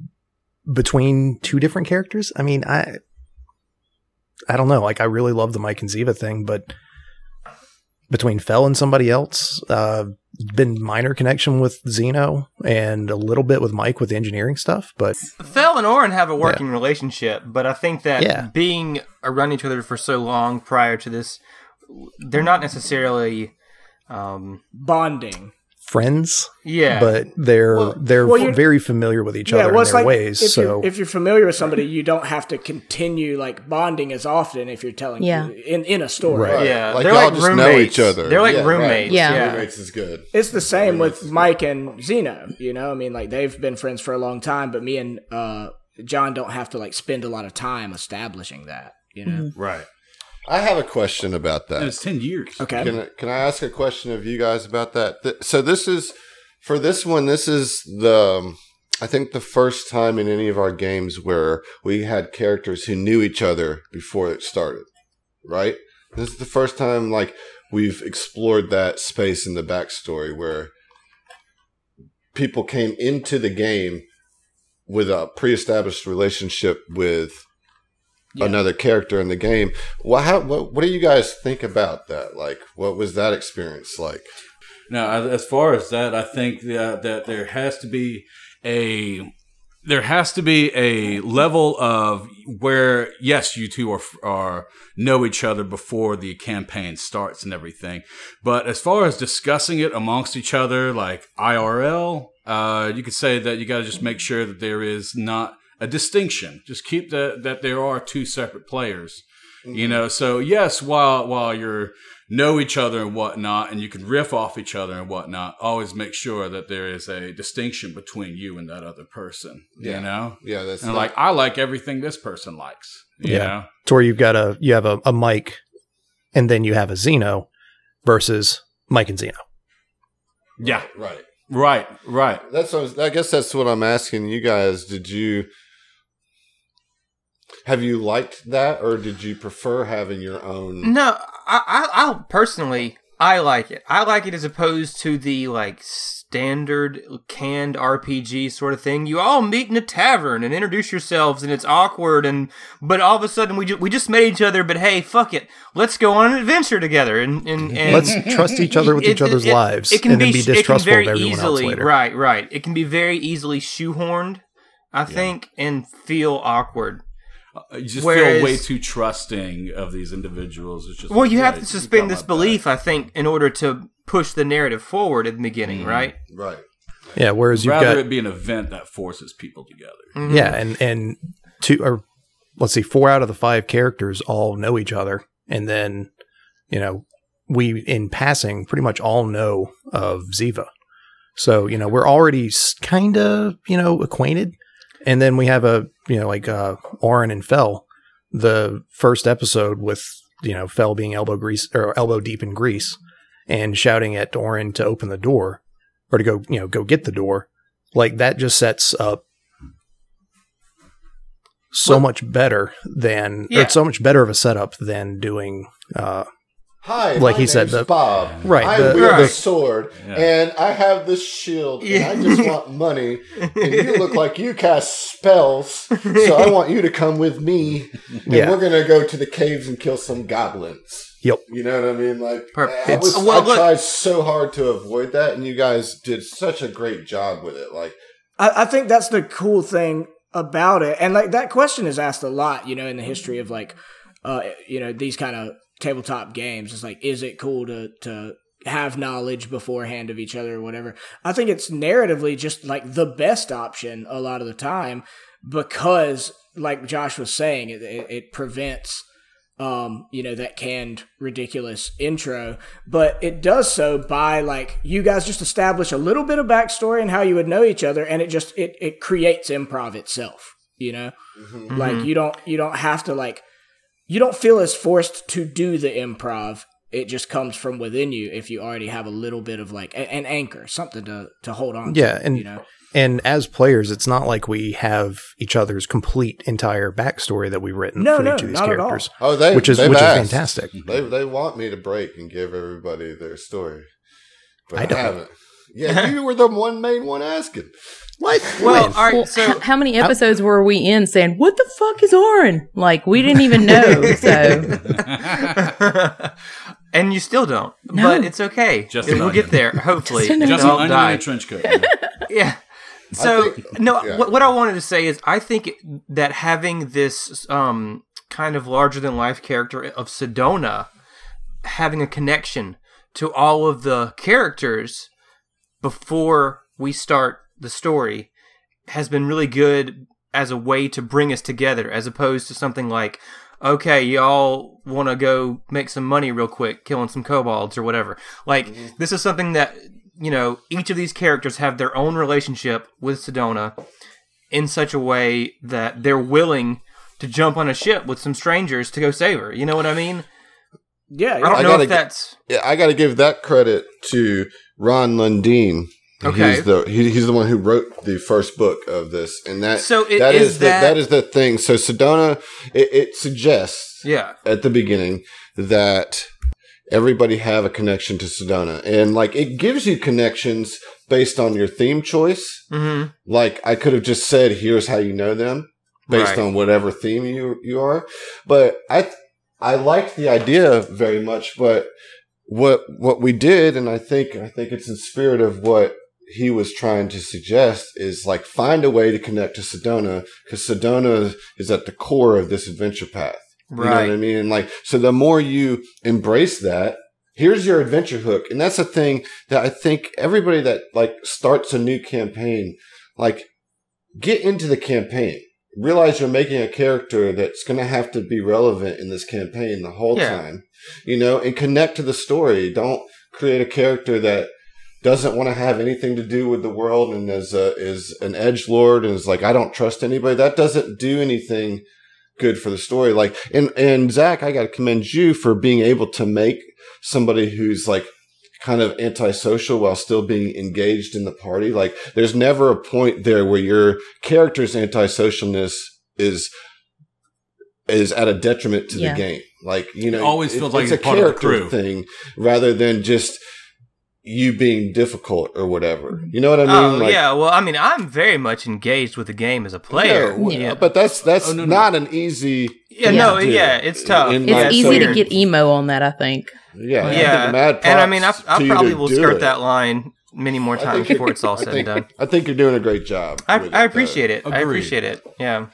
E: between two different characters, I mean, I I don't know. Like I really love the Mike and Ziva thing, but between Fell and somebody else. Uh, been minor connection with Zeno and a little bit with Mike with the engineering stuff, but
B: Fel and Oren have a working relationship, but I think that
E: Yeah.
B: being around each other for so long prior to this, they're not necessarily. Um,
A: Bonding.
E: friends.
B: yeah,
E: But they're
B: Well-
E: they're
A: well, you're-
E: very familiar with each other
A: well,
E: in
A: it's
E: their
A: like
E: ways.
A: If,
E: so
A: you're, if you're familiar with somebody, you don't have to continue like bonding as often if you're telling
F: Yeah.
A: in in a story.
E: Right.
B: Yeah,
C: like
B: they're
C: y'all
B: like
C: just know
B: roommates.
C: each other.
B: They're like
C: right.
B: roommates,
F: Yeah. yeah.
C: roommates is good.
A: It's the same with Mike and Zeno. You know, I mean, like they've been friends for a long time, but me and uh, John don't have to like spend a lot of time establishing that. You know.
D: Right.
C: I have a question about that.
D: And it's 10 years.
A: Okay.
C: Can I- can I ask a question of you guys about that? Th- So this is for this one. This is the um, I think the first time in any of our games where we had characters who knew each other before it started. Right. This is the first time like we've explored that space in the backstory where people came into the game with a pre-established relationship with
A: Yeah.
C: another character in the game. Well, how, what, what do you guys think about that? Like, what was that experience like?
D: Now, as- as far as that, I think that, that there has to be a there has to be a level of where yes, you two are are know each other before the campaign starts and everything. But as far as discussing it amongst each other, like IRL, uh, you could say that you got to just make sure that there is not a distinction. Just keep the, that there are two separate players. You know, so yes, while while you're know each other and whatnot, and you can riff off each other and whatnot, always make sure that there is a distinction between you and that other person.
C: Yeah.
D: You know,
C: Yeah, that's
D: and
C: not-
D: like I like everything this person likes. You
E: Yeah.
D: know,
E: it's where you've got a you have a, a Mike and then you have a Zeno versus Mike and Zeno.
D: yeah,
C: right.
D: right, right.
C: That's what I, was- I guess that's what I'm asking you guys. Did you have you liked that, or did you prefer having your own?
B: No, I, I, I personally, I like it. I like it as opposed to the like standard canned RPG sort of thing. You all meet in a tavern and introduce yourselves, and it's awkward. And but all of a sudden, we ju- we just met each other. But hey, fuck it, let's go on an adventure together. And and, and
E: Let's trust each other with
B: It-
E: each other's
B: it- it-
E: lives
B: It can
E: and
B: be,
E: then be
B: it can
E: distrustful
B: very
E: of everyone
B: easily,
E: else later.
B: Right, right. It can be very easily shoehorned, I think, and feel awkward.
D: Uh, You just
B: Whereas-
D: feel way too trusting of these individuals. It's just
B: Well, you have to
D: like, got
B: suspend
D: my
B: disbelief, I think, in order to push the narrative forward at the beginning,
E: Mm.
B: right?
C: Right.
E: Yeah, whereas
D: back.
E: you've
D: Rather,
E: got
D: it be an event that forces people together.
B: Mm-hmm.
E: Yeah, and and two or let's see, four out of the five characters all know each other, and then you know we in passing pretty much all know of Ziva, so you know we're already kind of you know acquainted, and then we have a you know like uh Oren and Fell, the first episode with you know Fell being elbow grease or elbow deep in grease, and shouting at Oren to open the door or to go you know go get the door, like that just sets up so much better than or
B: Yeah.
E: it's so much better of a setup than doing uh
C: Hi,
E: Like
C: my
E: he said,
C: name's
E: the-
C: Bob.
E: right,
C: I
E: the-
C: wield a
B: Right.
C: sword,
D: Yeah.
C: and I have this shield,
B: Yeah.
C: and I just want money. And you look like you cast spells, so I want you to come with me, and
E: Yeah.
C: we're gonna go to the caves and kill some goblins.
E: Yep.
C: You know what I mean? Like,
B: Perfect.
C: I, was,
B: It's- well,
C: I
B: look-
C: tried so hard to avoid that, and you guys did such a great job with it. Like,
A: I, I think that's the cool thing about it. And like that question is asked a lot, you know, in the history of like, uh, you know, these kind of tabletop games. It's like, is it cool to, to have knowledge beforehand of each other or whatever? I think it's narratively just like the best option a lot of the time because, like Josh was saying, it, it, it prevents um, you know, that canned, ridiculous intro. But it does so by like you guys just establish a little bit of backstory and how you would know each other, and it just it it creates improv itself. You know,
E: Mm-hmm.
A: like you don't you don't have to like you don't feel as forced to do the improv. It just comes from within you if you already have a little bit of like a, an anchor, something to to hold on.
E: Yeah,
A: to,
E: and-
A: you know,
E: And as players, it's not like we have each other's complete entire backstory that we've written
A: No,
E: for
A: no,
E: each of these
A: not at all.
E: characters,
C: oh, they
E: which is
C: they've
E: which
C: asked.
E: is fantastic.
C: They they want me to break and give everybody their story, but
E: I
C: I,
E: don't.
C: haven't. Yeah, you were the one main one asking.
E: What?
B: Well, all
F: Well,
B: right. So
F: h- how many episodes were we in saying, what the fuck is Orin? Like, we didn't even know. So,
B: and you still don't, but it's okay.
D: Just
B: we'll
D: an
B: get there. Hopefully,
F: Just an
B: It
D: Just an
B: all
D: onion
B: died.
D: and a trench coat.
B: yeah. So
C: think-
B: no,
C: yeah.
B: what, what I wanted to say is I think that having this um, kind of larger than life character of Sedona having a connection to all of the characters before we start the story has been really good as a way to bring us together as opposed to something like okay y'all want to go make some money real quick killing some kobolds or whatever like
C: Mm-hmm.
B: this is something that you know each of these characters have their own relationship with sedona in such a way that they're willing to jump on a ship with some strangers to go save her you know what i mean
A: yeah,
B: i
A: yeah.
B: don't
C: I
B: know
C: gotta
B: if
C: g-
B: that's
C: Yeah, I got to give that credit to Ron Lundeen.
B: Okay.
C: he's the he, he's the one who wrote the first book of this, and that
B: So it
C: that
B: is
C: is, the
B: that-
C: that is the thing. So Sedona, it, it suggests
B: yeah
C: at the beginning that everybody have a connection to Sedona, and like it gives you connections based on your theme choice.
B: mm-hmm.
C: like I could have just said, "Here's how you know them," based
B: Right.
C: on whatever theme you you are. But I th- I liked the idea very much. But what what we did, and I think I think it's in spirit of what he was trying to suggest is like find a way to connect to Sedona because Sedona is at the core of this adventure path. You know
B: right
C: what I mean? And like, so the more you embrace that, here's your adventure hook. And that's a thing that I think everybody that like starts a new campaign, like get into the campaign. Realize you're making a character that's going to have to be relevant in this campaign the whole
B: Yeah.
C: time, you know, and connect to the story. Don't create a character that doesn't want to have anything to do with the world and is a, is an edge lord and is like I don't trust anybody. That doesn't do anything good for the story. Like and and Zach, I got to commend you for being able to make somebody who's like kind of antisocial while still being engaged in the party. Like there's never a point there where your character's antisocialness is is at a detriment to
F: Yeah.
C: the game. Like you know,
D: It always feels like you're part of the crew.
C: thing rather than just you being difficult or whatever. You know what I mean?
B: oh yeah, well, I mean, I'm very much engaged with the game as a player.
C: No,
B: yeah,
C: But that's that's
D: Oh, no, no.
C: not an easy.
B: yeah,
C: thing
B: no,
C: to do.
B: yeah, it's tough.
C: In
F: it's
C: my
B: Yeah,
F: easy to
C: opinion.
B: weird.
F: get emo on that, I think.
C: Yeah,
B: yeah,
C: I think mad
B: and I mean, I,
C: props to
B: I
C: you
B: probably
C: to
B: will
C: do
B: skirt
C: it.
B: that line many more
C: I
B: times
C: think-
B: before it's all
C: I
B: said
C: think- uh,
B: and done.
C: I think you're doing a great job.
B: I,
C: with
B: I
C: though.
B: appreciate it. I
D: Agreed.
B: appreciate it. Yeah,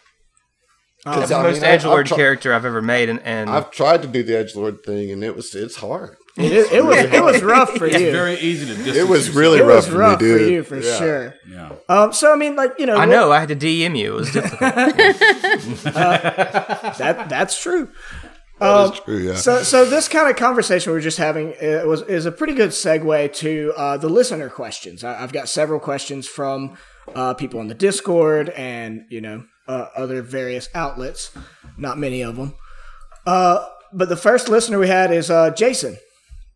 C: Um,
B: it's the
C: I
B: most
C: mean, I-
B: edge lord
C: I've tri-
B: character I've ever made, and, and
C: I've tried to do the edge lord thing, and it was it's hard.
A: It, is- it was it was rough for
D: It's
A: you.
D: very easy to distance.
C: It was
D: yourself.
C: really
A: it
C: rough
A: was
C: for me,
A: rough for
C: dude.
A: you for
C: Yeah.
A: sure.
D: Yeah.
A: Um, so I mean, like you know,
B: I
A: we'll-
B: know I had to DM you. It was difficult.
A: that that's true. Um,
C: That's true. Yeah.
A: So, so this kind of conversation we were just having uh was is a pretty good segue to uh, the listener questions. I, I've got several questions from uh, people on the Discord and you know uh, other various outlets. Not many of them, uh, but the first listener we had is uh, Jason.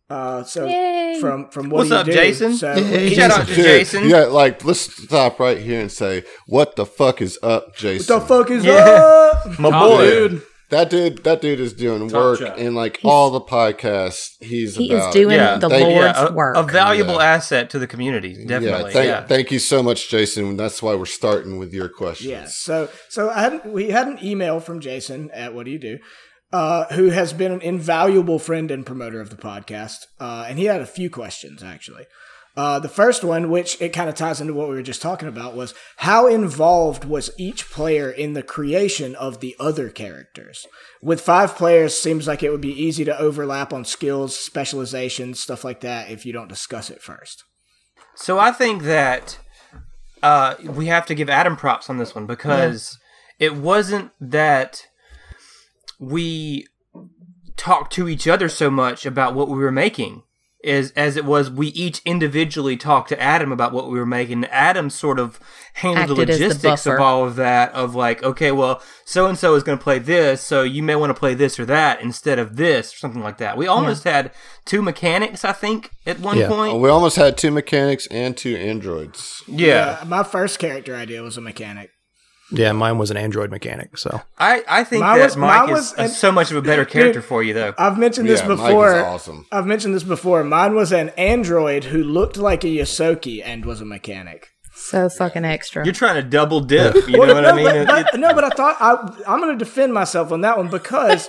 A: Uh, so
F: Yay.
A: from from what
B: What's
A: do you
B: up,
A: do?
B: Jason?
A: So
B: Yay.
A: he-
B: Shout out to
C: Dude,
B: Jason.
C: Yeah, like let's stop right here and say, "What the fuck is up, Jason?"
A: the fuck is
B: Yeah.
A: up?
B: My
D: Oh,
B: boy,
D: dude.
C: That dude, that dude is doing
D: Top
C: work
D: shot.
C: in like
F: He's-
C: all the podcasts. He's
F: He
C: about.
F: is doing
B: Yeah,
F: the
C: thank you.
F: Lord's
B: a,
F: work.
B: a valuable
C: Yeah.
B: asset to the community, definitely.
C: Yeah, thank,
B: yeah.
C: thank you so much, Jason. That's why we're starting with your questions.
A: Yes. So so I had we had an email from Jason at What Do You Do, uh, who has been an invaluable friend and promoter of the podcast, uh, and he had a few questions actually. Uh, the first one, which it kind of ties into what we were just talking about, was how involved was each player in the creation of the other characters? With five players, seems like it would be easy to overlap on skills, specializations, stuff like that, if you don't discuss it first.
B: So I think that uh, we have to give Adam props on this one because it wasn't that we talked to each other so much about what we were making is as it was we each individually talked to Adam about what we were making. Adam sort of handled
F: Acted
B: the
F: as the
B: logistics of
F: buffer.
B: all of that of like, okay, well, so and so is going to play this, so you may want to play this or that instead of this or something like that. We almost had two mechanics, I think, at one
E: Yeah.
B: point.
C: Uh, Oh, We almost had two mechanics and two androids.
B: yeah.
A: Uh, my first character idea was a mechanic.
E: Yeah, mine was an Android mechanic. So
B: I, I think
A: Mine
B: that
A: was-
B: Mike
A: mine
B: is
A: was
B: a-
A: an-
B: so much of a better character for you, though.
A: I've mentioned this
C: yeah,
A: before.
C: Mike is awesome.
A: I've mentioned this before. Mine was an android who looked like a Yosoki and was a mechanic.
F: so fucking extra.
B: You're trying to double dip. You know what
A: no,
B: I mean?
A: But,
B: It-
A: but-
B: it-
A: no, but I thought I, I'm going to defend myself on that one because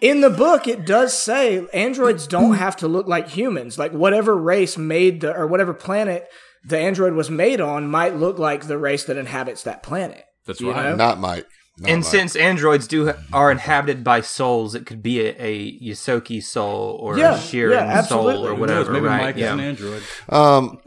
A: in the book it does say androids don't have to look like humans. Like whatever race made the or whatever planet the android was made on might look like the race that inhabits that planet.
D: That's
A: You
D: right.
A: know?
C: Not Mike. Not
B: and
C: Mike.
B: since androids do are inhabited by souls, it could be a, a Yosoki soul or
A: Yeah,
B: a Sheeran
A: yeah,
B: soul
A: absolutely. Who
B: or
A: knows?
B: whatever.
D: Maybe
B: right?
D: Mike
B: yeah.
D: is an android.
C: um,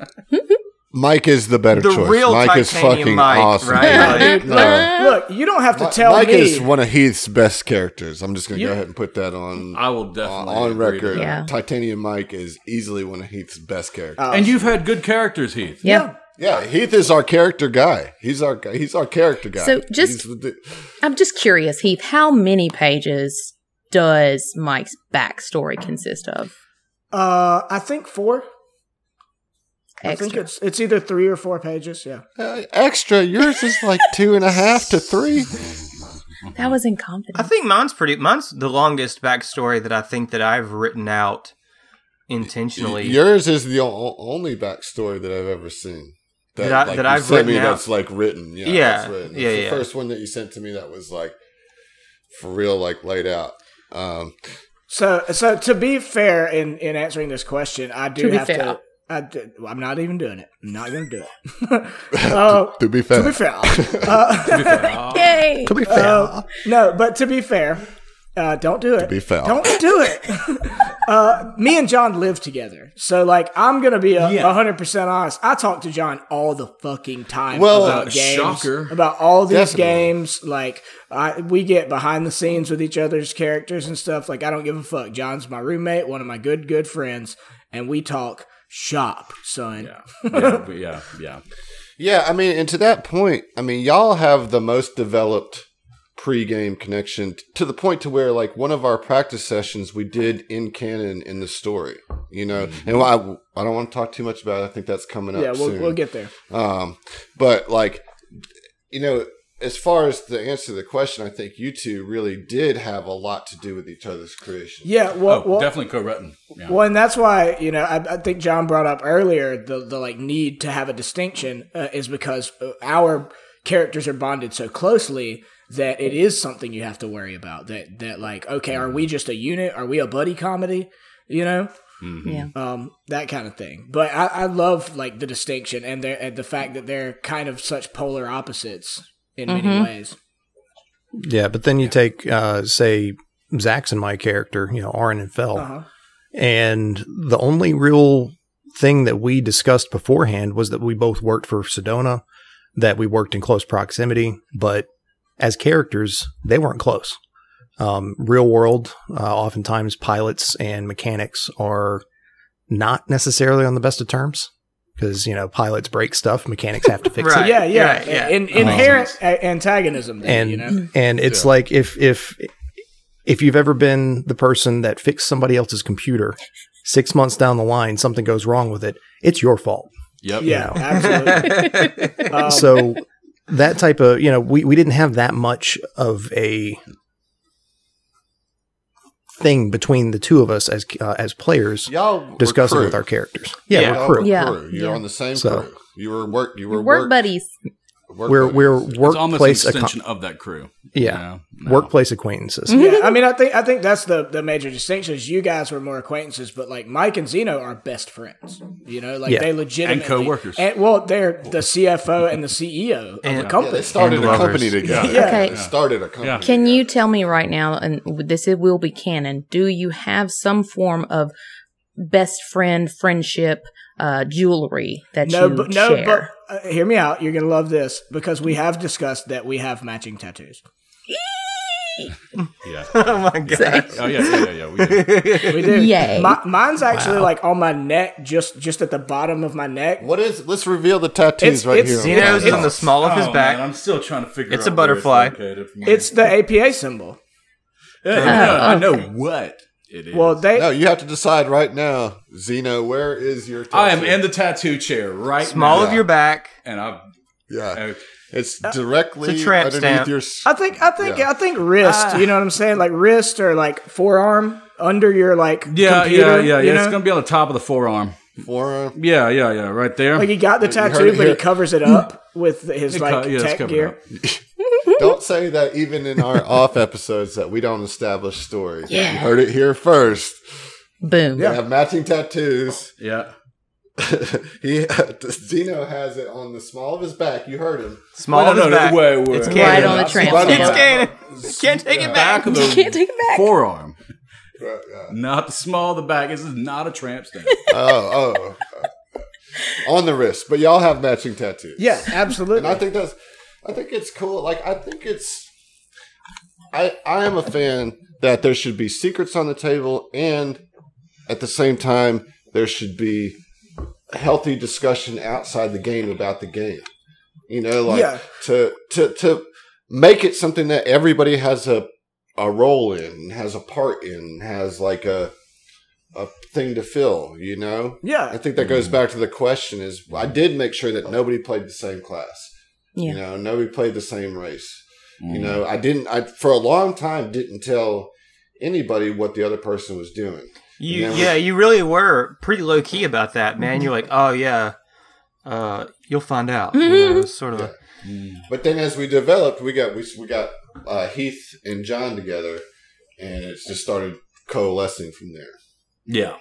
C: Mike is the better
B: The
C: choice.
B: real
C: Mike is
B: titanium
C: fucking
B: Mike,
C: awesome.
B: right?
C: Yeah,
B: Like-
C: no.
A: Look, you don't have to
C: Mi-
A: tell
C: Mike
A: me.
C: is one of Heath's best characters. I'm just gonna
A: You-
C: go ahead and put that on
D: I will
C: on,
D: definitely
C: on
D: agree to
C: record.
D: that.
F: Yeah.
C: Titanium Mike is easily one of Heath's best characters.
A: Oh,
D: And you've had good characters, Heath.
F: yeah.
C: yeah, Heath is our character guy. He's our guy. He's our character guy.
F: So
C: He's
F: just-
C: the-
F: I'm just curious, Heath, how many pages does Mike's backstory consist of?
A: uh, I think four. I think
F: Extra.
A: it's it's either three or four pages. Yeah.
C: uh, extra. Yours is like two and a half to three.
F: That was
B: I
F: incompetent.
B: think mine's pretty. Mine's the longest backstory that I think that I've written out intentionally.
C: Yours is the o- only backstory that I've ever seen.
B: That I- that
C: you
B: I've
C: sent
B: written
C: me
B: out.
C: that's like written. Yeah,
B: Yeah,
C: that's written.
B: yeah,
C: It's the
B: yeah.
C: first one that you sent to me that was like for real, like laid out. Um,
A: So, so to be fair in in answering this question, I do
F: To be
A: have
F: fair.
A: to. I am not even doing it. I'm not going to do it. uh,
C: to be
A: to
C: fair,
A: be fair, uh,
F: Yay!
E: to be fair,
A: uh, no, but to be fair, uh, don't do it. To
C: be fair.
A: don't do it. uh, me and John live together, so like I'm going to be a hundred percent honest. I talk to John all the fucking time
C: Well,
A: about games,
D: Uh, shocker.
A: about all these
C: Definitely.
A: games. Like I, we get behind the scenes with each other's characters and stuff. Like I don't give a fuck. John's my roommate, one of my good good friends, and we talk shop, son.
D: Yeah. Yeah. but yeah. Yeah.
C: yeah. I mean, and to that point, I mean, y'all have the most developed pre-game connection t- to the point to where like one of our practice sessions we did in canon in the story, you know.
B: Mm-hmm.
C: And I, I don't want to talk too much about. it. I think that's coming up.
A: Yeah, we'll,
C: soon.
A: we'll get there.
C: Um, but like, you know, as far as the answer to the question, I think you two really did have a lot to do with each other's creation.
A: Yeah, well,
D: Oh,
A: well,
D: definitely co-written. Yeah.
A: Well, and that's why you know I, I think John brought up earlier the the like need to have a distinction uh, is because uh, our characters are bonded so closely that it is something you have to worry about. That that like okay, are
B: Mm-hmm.
A: we just a unit? Are we a buddy comedy? You know,
B: Mm-hmm.
F: Yeah.
A: um, that kind of thing. But I, I love like the distinction and, the- and the fact that they're kind of such polar opposites in many
F: Mhm.
A: ways.
E: yeah. But then you take, uh, say, Zach's and my character, you know, Aaron and
B: Oh.
E: Fel,
A: Uh-huh.
E: and the only real thing that we discussed beforehand was that we both worked for Sedona, that we worked in close proximity, but as characters, they weren't close. Um, real world, uh, oftentimes pilots and mechanics are not necessarily on the best of terms because you know pilots break stuff, mechanics have to fix it.
B: Right,
A: yeah, yeah,
B: right, yeah. Uh-huh.
A: In, inherent a- antagonism. There,
E: and
A: you know,
E: and it's like if if if you've ever been the person that fixed somebody else's computer six months down the line something goes wrong with it it's your fault
D: Yep.
A: yeah, absolutely. Um,
E: so that type of you know we, we didn't have that much of a thing between the two of us as uh, as players
C: Y'all
E: discussing
C: were
E: with
C: crew.
E: our characters. Yeah,
B: Yeah.
E: we're
C: Y'all
E: crew.
C: were
F: Yeah.
C: crew. You're
F: Yeah.
C: on the same
E: So-
C: crew. You were work. You were
F: Work, buddies.
C: work
E: We're
C: buddies.
E: we're
D: it's almost an
E: workplace accom-
D: extension of that crew. you
E: yeah
D: know? No.
E: workplace acquaintances.
A: yeah, I mean, I think I think that's the the major distinction is you guys were more acquaintances, but like Mike and Zeno are best friends. You know, like
E: Yeah.
A: they legitimately
D: And co-workers.
A: and- well, they're the CFO and the CEO of the
B: And-
C: Yeah,
A: company.
C: they started
B: And
C: a
B: lovers.
C: company together.
A: Yeah.
F: Okay.
C: They started a company.
D: Yeah.
F: Can
C: together.
F: you tell me right now, and this is, will be canon, do you have some form of best friend, friendship, uh, jewelry that
A: no,
F: you
A: but no,
F: share?
A: but uh, hear me out. You're gonna love this because we have discussed that we have matching tattoos.
D: Yeah.
B: oh my gosh.
D: Oh yeah, yeah, yeah, yeah. We do.
A: We do.
F: Yay.
A: Mi- mine's actually like on my neck, just just at the bottom of my neck.
C: What is? Let's reveal the tattoos
A: It's-
C: right
A: it's-
C: here.
B: Zeno's is on the
A: It's-
B: small of his
D: Oh,
B: back.
D: man, I'm still trying to figure.
B: It's
D: out
B: a
D: where
B: butterfly.
D: located for me.
A: It's the APA symbol.
D: Yeah, yeah, I know what it is.
A: Well, they
C: No, you have to decide right now, Zeno. Where is your? Tattoo?
D: I am in the tattoo chair right
B: Small
D: now,
B: of your back.
D: and I've
C: Yeah,
D: uh,
C: it's directly
B: It's a tramp
C: underneath
B: stamp.
C: your. s-
A: I think I think
C: Yeah.
A: I think wrist.
B: Ah.
A: you know what I'm saying? Like wrist or like forearm under your like
D: yeah, yeah,
A: computer,
D: yeah,
A: you
D: yeah. It's
A: know?
D: gonna be on the top of the forearm.
C: forearm.
D: Yeah, yeah, yeah. Right there.
A: like he got the
C: heard
A: tattoo,
C: it
A: but he
C: here.
A: covers it up with his
D: It
A: like
D: co- yeah, it's
A: tech
D: covered
A: gear.
D: up.
C: Don't say that even in our off episodes that we don't establish story.
F: Yeah.
C: You heard it here first.
F: Boom.
C: They have matching tattoos.
D: Yeah.
C: he Zeno has it on the small of his back. You heard him.
B: Small
D: Wait,
B: of
D: no,
B: his
D: no, no,
B: back.
D: wait, wait,
B: It's
D: wait.
B: canon.
F: Right on the tramp
C: Right on
B: It's
C: the-
B: canon. Can't take it back.
D: Back of the
F: Can't take it back.
D: forearm,
C: Right, yeah.
D: not the small of the back. This is not a tramp stamp.
C: Oh, oh. on the wrist, but y'all have matching tattoos.
A: Yeah,
C: and I
A: absolutely.
C: think that's I think it's cool. Like I think it's I I am a fan that there should be secrets on the table and at the same time there should be healthy discussion outside the game about the game. You know, like
A: Yeah.
C: to to to make it something that everybody has a a role in, has a part in, has like a a thing to fill, you know? I
A: Yeah,
C: think that goes back to the question is I did make sure that nobody played the same class.
F: Yeah.
C: You know, nobody played the same race.
D: Mm.
C: You know, I didn't I for a long time didn't tell anybody what the other person was doing.
B: You,
C: Yeah.
B: yeah, you really were pretty low key about that, man. You're like, oh yeah, uh, you'll find out. You
A: Mm-hmm.
B: know, it was sort of a,
D: Mm.
C: But then as we developed, we got we, we got uh, Heath and John together and it just started coalescing from there.
D: Yeah.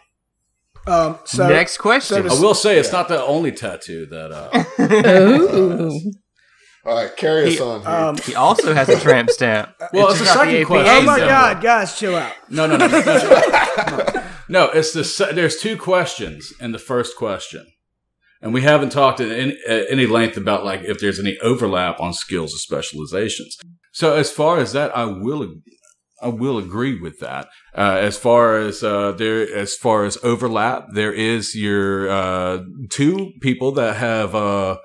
A: um, so
B: next question.
D: I will say it's not the only tattoo that uh,
F: Ooh.
C: All right, carry us
B: He-
C: on. Heath.
A: um,
B: he also has a tramp stamp.
D: Well,
B: just
D: it's the
B: not
D: second
B: APA
D: question.
A: oh my
D: Hey,
B: symbol.
A: god, guys, chill out.
D: No, no, no. no, no. No, it's the se- there's two questions in the first question, and we haven't talked at any, at any length about like if there's any overlap on skills or specializations. So as far as that, I will ag- I will agree with that. Uh, as far as uh, there, as far as overlap, there is your uh, two people that have. Uh,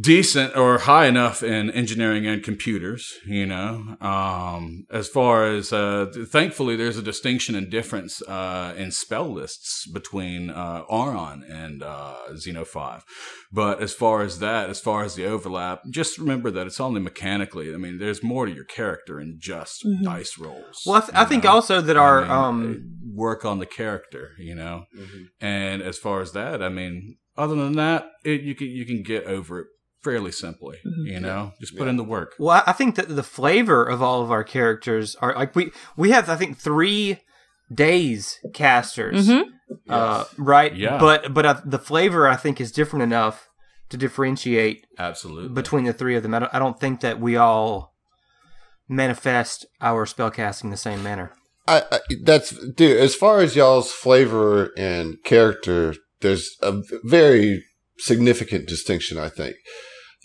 D: decent or high enough in engineering and computers you know um, as far as uh, th- thankfully there's a distinction and difference uh, in spell lists between uh, auron and uh, xeno 5 but as far as that as far as the overlap just remember that it's only mechanically i mean there's more to your character than just dice rolls
B: Mm-hmm. Well, I, th- I
D: you
B: think
D: know?
B: also that our
D: I mean,
B: um,
D: uh, work on the character, you know.
C: Mm-hmm.
D: And as far as that, I mean, other than that, it, you can you can get over it fairly simply,
C: Mm-hmm.
D: you know. Just put in the work.
B: Well, I think that the flavor of all of our characters are like we we have I think three days casters,
F: Mm-hmm.
A: Mm-hmm.
B: uh, right?
D: Yeah.
B: But but uh, the flavor I think is different enough to differentiate
D: Absolutely.
B: between the three of them. I don't, I don't think that we all manifest our spellcasting the same manner.
C: I, I that's dude. As far as y'all's flavor and character, there's a very significant distinction, I think.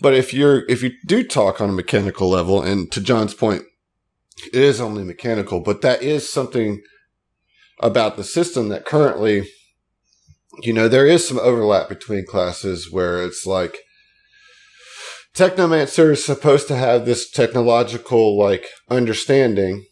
C: But if you're if you do talk on a mechanical level, and to John's point, it is only mechanical, but that is something about the system that currently, you know, there is some overlap between classes where it's like technomancer is supposed to have this technological like understanding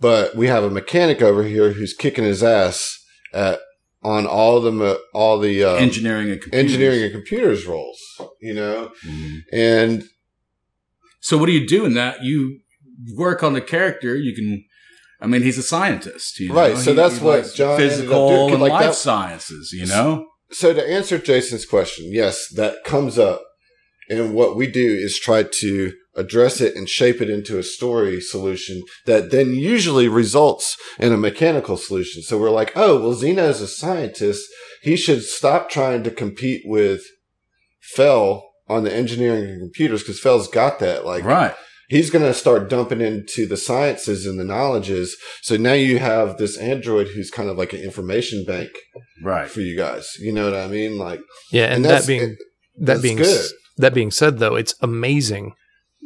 C: but we have a mechanic over here who's kicking his ass at on all the mo- all the uh,
D: engineering and computers.
C: engineering and computers roles, you know.
D: Mhm.
C: And
D: So what do you do in that? You work on the character. You can. I mean, he's a scientist, you know?
C: Right, so
D: He-
C: that's
D: he
C: what
D: likes
C: John ended up doing,
D: physical
C: 'cause
D: and
C: like
D: life
C: that-
D: sciences, you know.
C: So to answer Jason's question, yes, that comes up. And what we do is try to address it and shape it into a story solution that then usually results in a mechanical solution. So we're like, oh, well, Zeno's a scientist. He should stop trying to compete with Fell on the engineering and computers because Fell's got that. Like,
D: right.
C: he's going to start dumping into the sciences and the knowledges. So now you have this android who's kind of like an information bank
D: Right.
C: for you guys. You know what I mean? Like,
E: Yeah, and,
C: And
E: that
C: that's-
E: being
C: it-
E: that
C: that's
E: being
C: good.
E: s- that being said, though, it's amazing.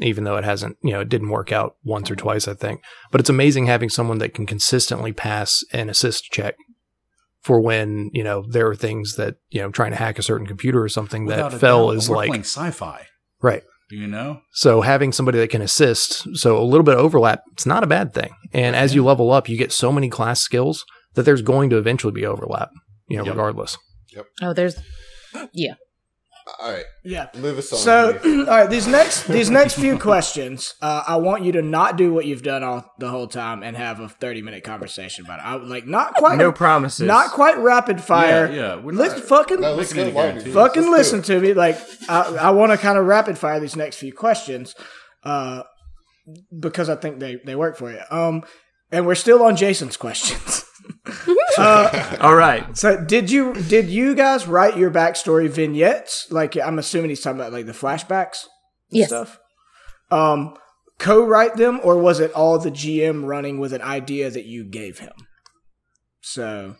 E: Even though it hasn't, you know, it didn't work out once or twice, I think, but it's amazing having someone that can consistently pass an assist check for when you know there are things that you know trying to hack a certain computer or something
D: Without a
E: that fell
D: doubt,
E: is
D: we're
E: like
D: playing sci-fi,
E: right.
D: you know.
E: So having somebody that can assist, so a little bit of overlap, it's not a bad thing. And as you level up, you get so many class skills that there's going to eventually be overlap, you know,
D: Yep.
E: regardless.
F: Oh, there's
C: all right,
A: Yeah.
C: move us on.
A: So,
C: Keith.
A: all right, these next these next few questions, uh, I want you to not do what you've done all the whole time and have a thirty minute conversation about it. I would like not quite
B: No promises.
A: not quite rapid fire.
D: Yeah, yeah, we're
A: Let's
D: not-
A: fucking
C: No, let's
D: Making
C: go
D: it a
C: lightning.
D: guarantee.
C: Let's
A: fucking
C: do it.
A: listen to me. Like I, I want to kind of rapid fire these next few questions, uh, because I think they they work for you. Um, and we're still on Jason's questions. uh,
B: All right.
A: so did you did you guys write your backstory vignettes? Like I'm assuming he's talking about like the flashbacks and
F: yes.
A: stuff. Um, co-write them, or was it all the GM running with an idea that you gave him? So.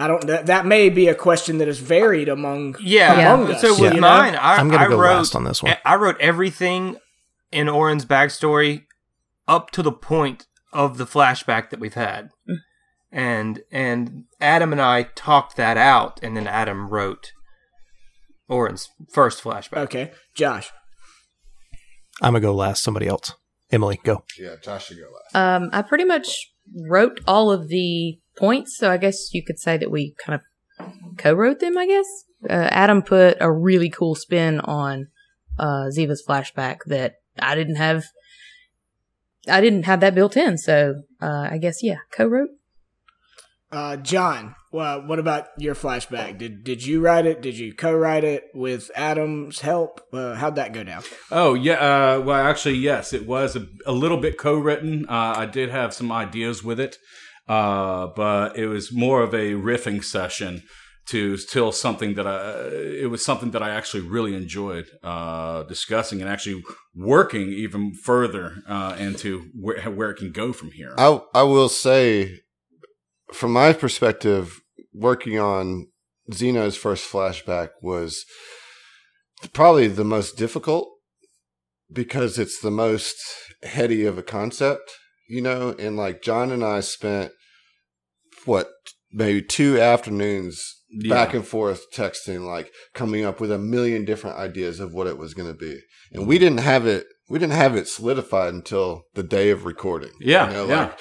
A: I don't. That, that may be a question that is varied among
B: Yeah.
A: Among Us,
B: So with
A: you know?
B: mine, I,
E: I'm going
B: I
E: to go
B: wrote,
E: last on this one.
B: I wrote everything in Oren's backstory up to the point of the flashback that we've had. And and Adam and I talked that out and then Adam wrote Oren's first flashback.
A: Okay, Josh.
E: I'm going to go last. Somebody else. Emily, go.
C: Yeah, Josh should go last.
F: Um, I pretty much wrote all of the points, so I guess you could say that we kind of co-wrote them. I guess uh, Adam put a really cool spin on uh, Ziva's flashback that I didn't have. I didn't have that built in, so uh, I guess yeah, co-wrote.
A: Uh, John, well, what about your flashback? Did did you write it? Did you co-write it with Adam's help? Uh, how'd that go down?
D: Oh yeah. Uh, well, actually, yes, it was a, a little bit co-written. Uh, I did have some ideas with it, uh, but it was more of a riffing session to till something that I. uh, It was something that I actually really enjoyed uh, discussing and actually working even further uh, into where where it can go from here.
C: I I will say, from my perspective, working on Zeno's first flashback was probably the most difficult because it's the most heady of a concept, you know. And like John and I spent what maybe two afternoons
D: Yeah.
C: back and forth texting, like coming up with a million different ideas of what it was going to be, and we didn't have it. We didn't have it solidified until the day of recording.
D: Yeah,
C: you know,
D: yeah.
C: like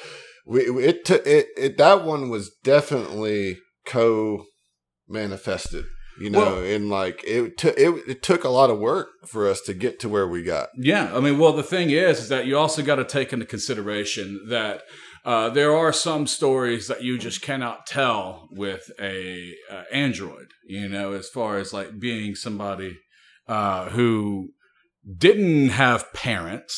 C: we, it took it, it that one was definitely co manifested you know
D: Well-
C: and like it took it, it took a lot of work for us to get to where we got
D: Yeah, I mean, well, the thing is, is that you also got to take into consideration that uh, there are some stories that you just cannot tell with a uh, android. You know, as far as like being somebody uh, who didn't have parents.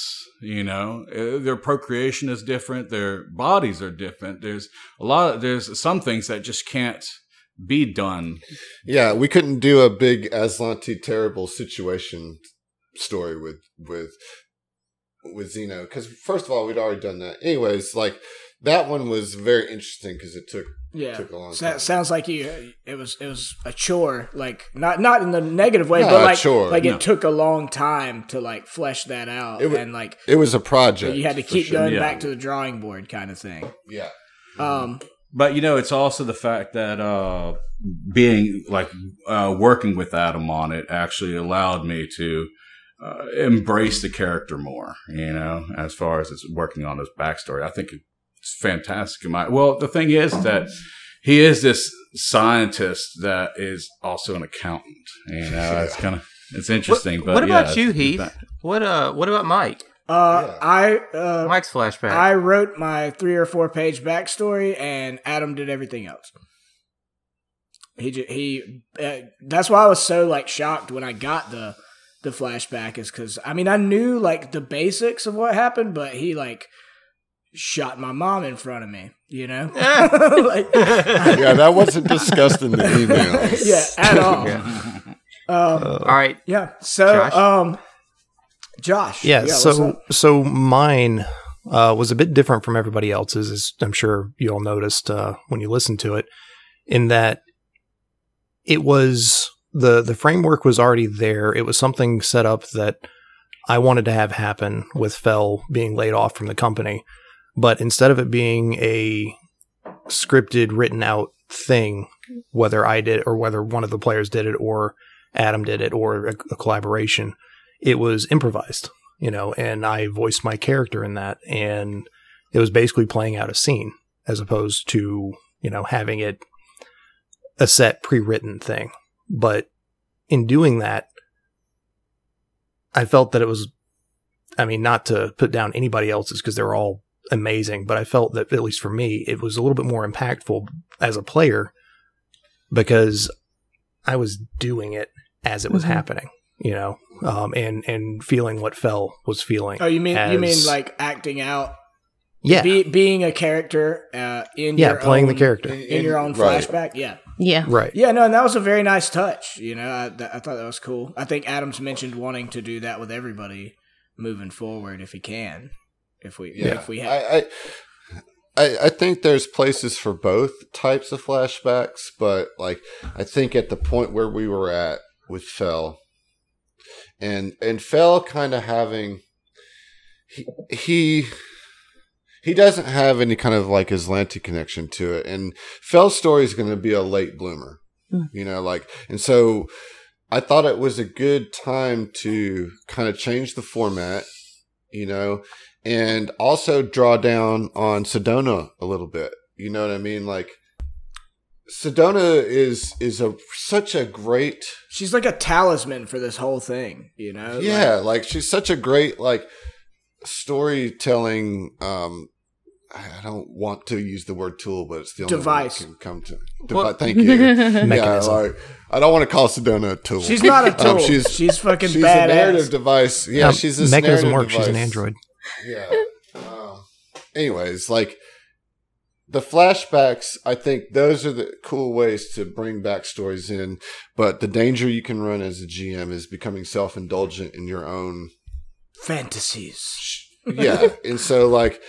D: You know, Uh, their procreation is different. Their bodies are different. There's a lot. Of, there's some things that just can't be done.
C: yeah we couldn't do a big aslanti terrible situation story with with with Zeno because first of all we'd already done that anyways like that one was very interesting because it took
A: Yeah,
C: Took a long
A: So that
C: time.
A: sounds like you. It was it was a chore, like not not in the negative way,
C: Not
A: but
C: a
A: like
C: chore,
A: like
D: no.
A: it took a long time to like flesh that out,
C: It wa-
A: and like
C: it was a project
A: you had to
C: for
A: keep
C: sure. Mm-hmm.
A: going
D: Yeah.
A: back to the drawing board, kind of thing.
C: yeah
A: Um,
D: But you know, it's also the fact that uh, being like uh, working with Adam on it actually allowed me to uh, embrace the character more. You know, as far as it's working on his backstory, I think it's fantastic. In my well, the thing is that he is this scientist that is also an accountant. You know, it's kind of it's interesting.
B: What,
D: but
B: what
D: yeah,
B: about you,
D: it's-
B: Heath? What uh what about Mike?
A: Uh,
C: Yeah.
A: I uh,
B: Mike's flashback.
A: I wrote my three or four page backstory, and Adam did everything else. He ju- he. Uh, that's why I was so like shocked when I got the the flashback is because I mean I knew like the basics of what happened, but he like shot my mom in front of me. You know, like
C: yeah, that wasn't discussed in the emails.
A: yeah, at all.
B: Yeah.
A: Um,
B: All right.
A: yeah. So
B: Josh?
A: um, Josh.
E: yeah,
A: what's up?
E: so so mine uh, was a bit different from everybody else's as i'm sure you all noticed uh, when you listened to it in that it was the the framework was already there it was something set up that i wanted to have happen with fell being laid off from the company but instead of it being a scripted written out thing whether i did or whether one of the players did it or adam did it or a, a collaboration it was improvised you know, and I voiced my character in that. And it was basically playing out a scene as opposed to, you know, having it a set pre written thing. But in doing that, I felt that it was, I mean, not to put down anybody else's because they're all amazing, but I felt that, at least for me, it was a little bit more impactful as a player because I was doing it as it was
F: Mhm.
E: happening, you know, um, and, and feeling what Fell was feeling.
A: Oh, you mean you mean
E: as-
A: like acting out?
E: yeah,
A: Be, being a character uh, in
E: yeah,
A: your
E: playing the
A: own-
E: character.
A: in your own
C: Right.
A: flashback. Yeah,
F: Yeah.
E: Right.
A: yeah, no, and that was a very nice touch. You know, I, th- I thought that was cool. I think Adams mentioned wanting to do that with everybody moving forward if he can, if we
C: Yeah.
A: if we have.
C: I, I, I, I think there's places for both types of flashbacks, but like I think at the point where we were at with Fell, and and Fell kind of having he. he he doesn't have any kind of like Islante connection to it, and Fell's story is going to be a late bloomer,
F: Hmm.
C: you know. Like, and so I thought it was a good time to kind of change the format, you know, and also draw down on Sedona a little bit. You know what I mean? Like Sedona is is a such a great
A: She's like a talisman for this whole thing. You know. Like,
C: yeah, like she's such a great like storytelling um I I don't want to use the word tool, but it's the only
A: Device.
C: one that can come to.
B: Well-
C: Devi- thank you. yeah,
E: Mechanism.
C: like, I don't want to call Sedona a tool.
A: She's not a tool.
C: Um,
A: she's,
C: she's-
A: she's fucking
C: she's a narrative
A: badass.
C: device. Yeah,
E: Um,
C: she's this
E: mechanism
C: narrative
E: works. She's an
C: device.
E: android.
C: Yeah. Um, anyways, like the flashbacks, I think those are the cool ways to bring backstories in. But the danger you can run as a GM is becoming self indulgent in your own.
A: Fantasies.
C: Yeah. and so, like,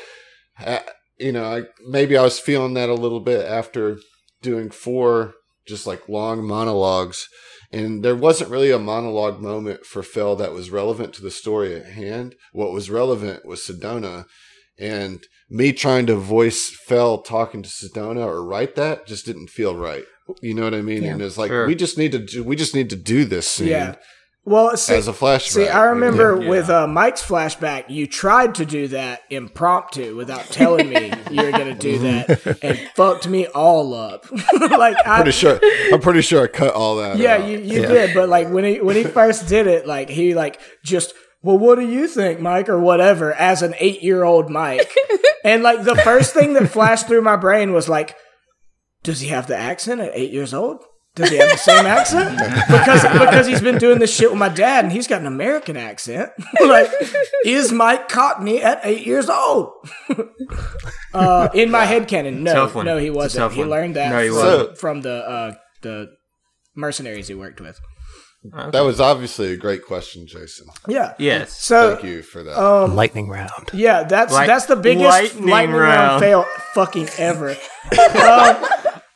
C: uh, you know, I, maybe I was feeling that a little bit after doing four just like long monologues. And there wasn't really a monologue moment for Fell that was relevant to the story at hand. What was relevant was Sedona. And me trying to voice Fell talking to Sedona or write that just didn't feel right. You know what I mean?
F: Yeah.
C: And it's like
B: Sure.
C: we just need to do, we just need to do this scene
A: Yeah. Well, see,
C: as a flashback.
A: See, I remember
D: Yeah.
A: with uh, Mike's flashback, you tried to do that impromptu without telling me you were going to do that and fucked me all up. like,
C: Pretty
A: I,
C: sure, I'm pretty sure I cut all that.
A: yeah,
C: out.
A: you, you did, but like when he when he first did it, like he like just well, what do you think, Mike, or whatever, as an eight year old Mike, and like the first thing that flashed through my brain was like, does he have the accent at eight years old? Does he have the same accent? Because because he's been doing this shit with my dad, and he's got an American accent. like, is Mike Cockney at eight years old? uh, in my head canon, no,
B: Tough one.
A: no, he
B: It's a
A: wasn't.
B: tough
A: He
B: one.
A: learned that
B: No, he
A: from,
C: wasn't.
A: from the uh, the mercenaries he worked with.
C: That was obviously a great question, Jason.
A: Yeah.
B: yes.
A: So
C: Thank you for that.
A: Oh. Um,
E: Lightning round.
A: yeah, that's
B: Like-
A: that's the biggest lightning,
B: lightning
A: round
B: round.
A: fail fucking ever.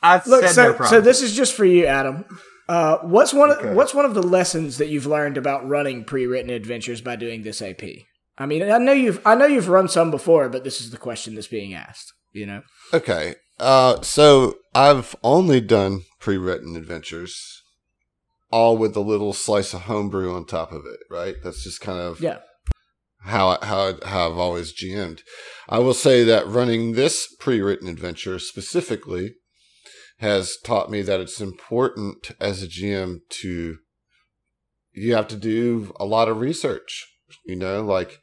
B: I've
A: Look,
B: said
A: so
B: no problem.
A: so this is just for you, Adam. Uh, what's one of, what's one of the lessons that you've learned about running pre-written adventures by doing this AP? I mean, I know you've I know you've run some before, but this is the question that's being asked. You know,
C: Okay. Uh, so I've only done pre-written adventures, all with a little slice of homebrew on top of it. Right. That's just kind of
A: yeah,
C: how I- how I- how I've always GM'd. I will say that running this pre-written adventure specifically has taught me that it's important as a GM to you have to do a lot of research. You know, like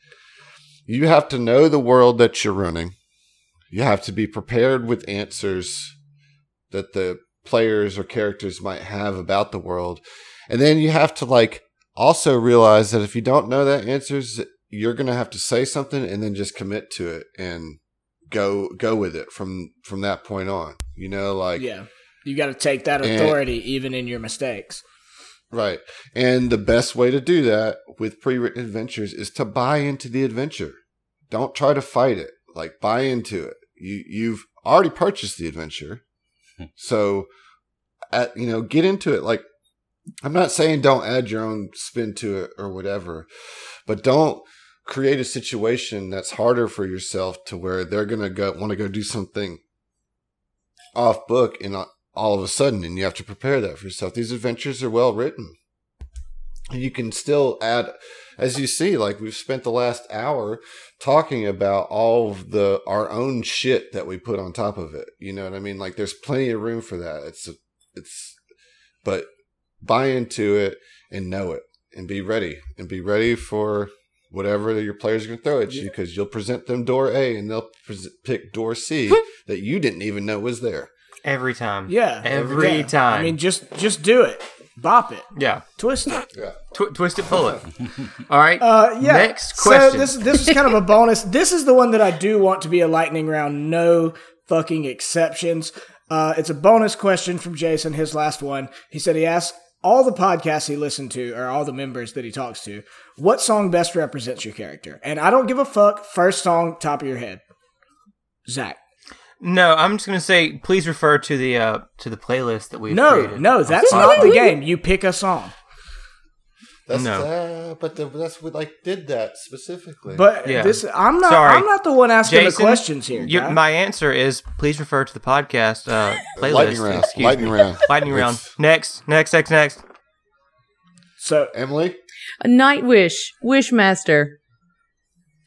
C: You have to know the world that you're running. You have to be prepared with answers that the players or characters might have about the world. And then you have to like also realize that if you don't know that answers, you're going to have to say something and then just commit to it and go go with it from from that point on. You know like
A: yeah, you got to take that
C: And-
A: authority even in your mistakes.
C: Right. And the best way to do that with pre written adventures is to buy into the adventure. Don't try to fight it. Like buy into it. You you've already purchased the adventure. So at you know, get into it. Like I'm not saying don't add your own spin to it or whatever, but don't create a situation that's harder for yourself to where they're gonna go want to go do something off book and not all of a sudden, and you have to prepare that for yourself. These adventures are well written. And you can still add, as you see, like we've spent the last hour talking about all of the our own shit that we put on top of it. You know what I mean? Like there's plenty of room for that. It's it's, but buy into it and know it and be ready and be ready for whatever your players are going to throw at you because you'll present them door A and they'll pres pick door C that you didn't even know was there.
B: Every time.
A: Yeah,
B: Every
A: yeah.
B: time.
A: I mean, just just do it, bop it,
B: yeah.
A: twist it.
B: Tw- twist it, pull it. All right.
A: Uh, yeah.
B: Next question.
A: So this this is kind of a bonus. This is the one that I do want to be a lightning round. No fucking exceptions. Uh, it's a bonus question from Jason. His last one. He said he asked all the podcasts he listened to, or all the members that he talks to, what song best represents your character. And I don't give a fuck. First song, top of your head. Zach.
B: no, I'm just gonna say, please refer to the uh, to the playlist that we
A: No,
B: created.
A: no, that's not the game. You pick a song.
C: That's
B: No.
C: uh, but the, that's what like did that specifically.
A: But
B: Yeah.
A: this, I'm not.
B: Sorry.
A: I'm not the one asking
B: Jason,
A: the questions here.
B: your-
A: guy.
B: my answer is please refer to the podcast uh, playlist.
C: lightning round,
B: Excuse
C: lightning
B: me.
C: round,
B: Lightning round.
C: It's-
B: Next, next, next, next.
A: so,
C: Emily,
F: A Nightwish, Wishmaster.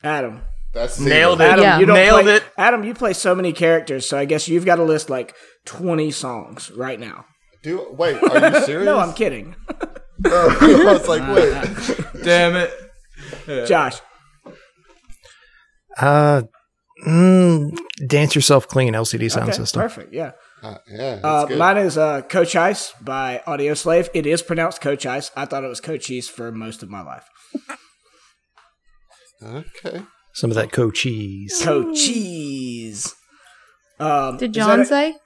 A: Adam.
C: that's
B: Nailed
C: Zebra.
B: it.
A: Adam,
F: Yeah.
A: you don't
B: Nailed
A: play,
B: it.
A: Adam, you play so many characters, so I guess you've got to list like 20 songs right now.
C: Do wait? Are you serious?
A: No, I'm kidding.
C: Oh, I was like, wait.
D: Damn it.
A: Josh,
E: Uh, mm, dance yourself clean. LCD sound
A: Okay,
E: system.
A: perfect. Yeah,
C: Uh, yeah, that's
A: uh,
C: good.
A: mine is uh, Coach Ice by Audio Slave. It is pronounced Coach Ice. I thought it was Coach Ice for most of my life.
C: okay.
E: Some of that co cheese.
A: Coaches. Um,
F: Did
A: is that
F: John
A: it?
F: say?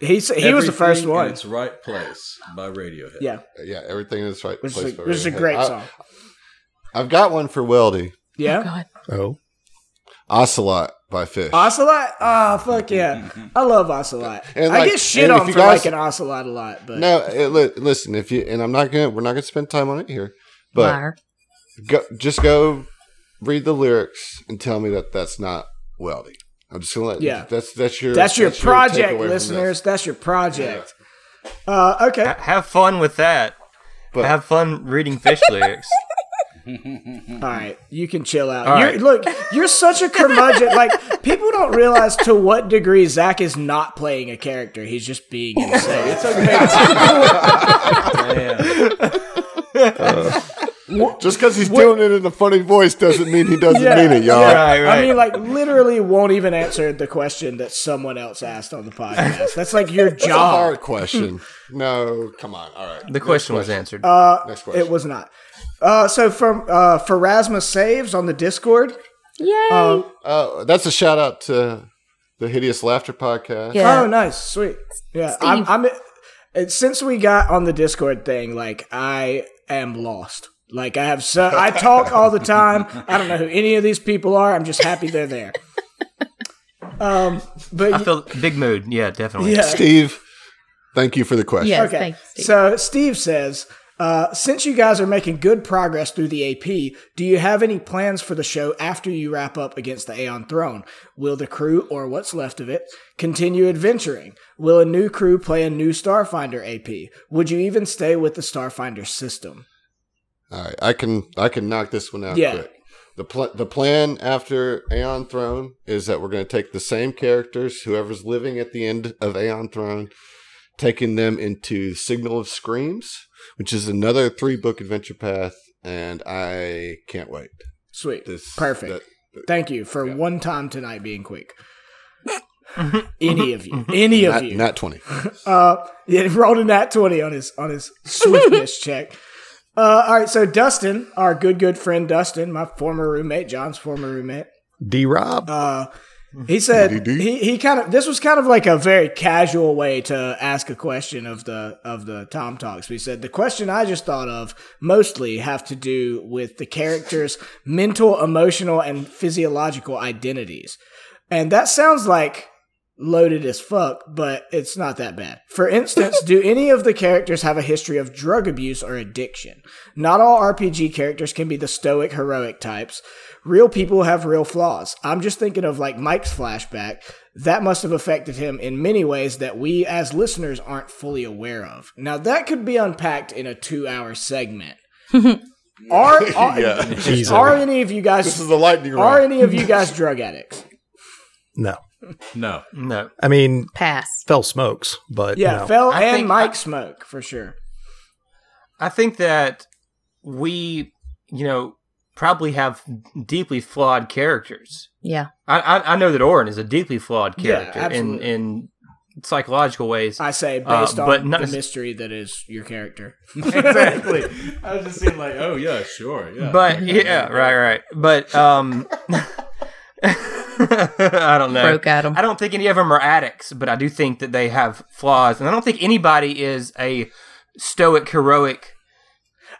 A: He s- he was the first
G: Everything
A: one.
G: In its right place by Radiohead.
A: Yeah,
C: Yeah, everything is right.
A: which
C: place
A: is a,
C: by
A: which is a
C: Radiohead.
A: great
C: I-
A: song.
C: I've got one for Weldy.
A: Yeah,
F: God.
E: Oh,
C: Ocelot by Fish.
A: Ocelot. Ah, fuck yeah, I love Ocelot.
C: And,
A: I
C: like-
A: get shit
C: and if
A: on
C: you
A: for
C: guys-
A: liking Ocelot a lot, but
C: no, it, li- listen. If you and I'm not gonna, we're not gonna spend time on it here. But
F: Liar.
C: go, just go read the lyrics and tell me that that's not Weldy. I'm just gonna let
A: Yeah.
C: That's that's your
A: That's your project,
C: takeaway from this.
A: listeners. That's your project. Uh, okay.
B: Ha- have fun with that.
C: But-
B: have fun reading fish lyrics.
A: All right. You can chill out.
B: All
A: You're,
B: right.
A: Look, you're such a curmudgeon. like, people don't realize to what degree Zach is not playing a character. He's just being himself. it's
C: Just because he's doing it in a funny voice doesn't mean he doesn't mean it, y'all.
B: Right, right.
A: I mean, like, literally won't even answer the question that someone else asked on the podcast. That's like your
C: It's a
A: job.
C: hard question. no, come on. All right.
B: The question was answered.
C: Next question.
A: It was not. Uh, so from uh, Pharasma Saves on the Discord.
F: Yay.
A: Um,
C: Uh, that's a shout out to the Hideous Laughter podcast.
F: Yeah.
A: Oh, nice, sweet. Yeah, I'm. I'm and since we got on the Discord thing, like I am lost. Like I have so I talk all the time. I don't know who any of these people are. I'm just happy they're there. Um, but
B: I feel big mood. Yeah, definitely.
A: yeah,
C: Steve, thank you for the question.
F: yes,
A: Okay.
F: thanks, Steve.
A: So Steve says, uh, since you guys are making good progress through the AP, do you have any plans for the show after you wrap up against the Aeon Throne? Will the crew, or what's left of it, continue adventuring? Will a new crew play a new Starfinder AP? Would you even stay with the Starfinder system?
C: All right, I can I can knock this one out
A: Yeah.
C: quick. The pl- the plan after Aeon Throne is that we're going to take the same characters, whoever's living at the end of Aeon Throne, taking them into Signal of Screams, which is another three book adventure path, and I can't wait.
A: Sweet.
C: This
A: Perfect.
C: that-
A: Thank you for one time tonight being quick. any of you, any of
C: Not,
A: you.
C: not 20.
A: Uh, yeah, he rolled a nat twenty on his on his swiftness check. Uh, all right, so Dustin, our good good friend Dustin, my former roommate, John's former roommate,
E: D Rob.
A: uh, he said
C: DDD.
A: he, he kind of this was kind of like a very casual way to ask a question of the of the Tom talks. We said the question I just thought of mostly have to do with the characters' mental, emotional, and physiological identities, and that sounds like loaded as fuck, but it's not that bad. For instance, do any of the characters have a history of drug abuse or addiction? Not all RPG characters can be the stoic, heroic types. Real people have real flaws. I'm just thinking of like Mike's flashback. That must have affected him in many ways that we as listeners aren't fully aware of. Now, that could be unpacked in a two hour segment. are, are,
C: Yeah.
E: Jeez,
A: are
E: uh,
A: any of you guys
C: This is the lightning
A: are
C: round.
A: any of you guys drug addicts?
E: no.
D: No.
B: No.
E: I mean,
F: Pass.
E: Fell smokes, but
A: Yeah,
E: no.
A: Fell
B: I
A: and
B: think-
A: Mike smoke for sure.
B: I think that we, you know, probably have deeply flawed characters.
F: Yeah.
B: I I, I know that Orin is a deeply flawed
A: Yeah,
B: character in
A: absolutely.
B: in psychological ways.
A: I say
B: Uh,
A: based
B: but
A: on
B: not
A: the
B: as-
A: mystery that is your character.
D: exactly. I was just seemed like, oh yeah, sure, yeah.
B: But yeah, right, right. But um, I don't know.
F: Broke at 'em.
B: I don't think any of them are addicts, but I do think that they have flaws, and I don't think anybody is a stoic heroic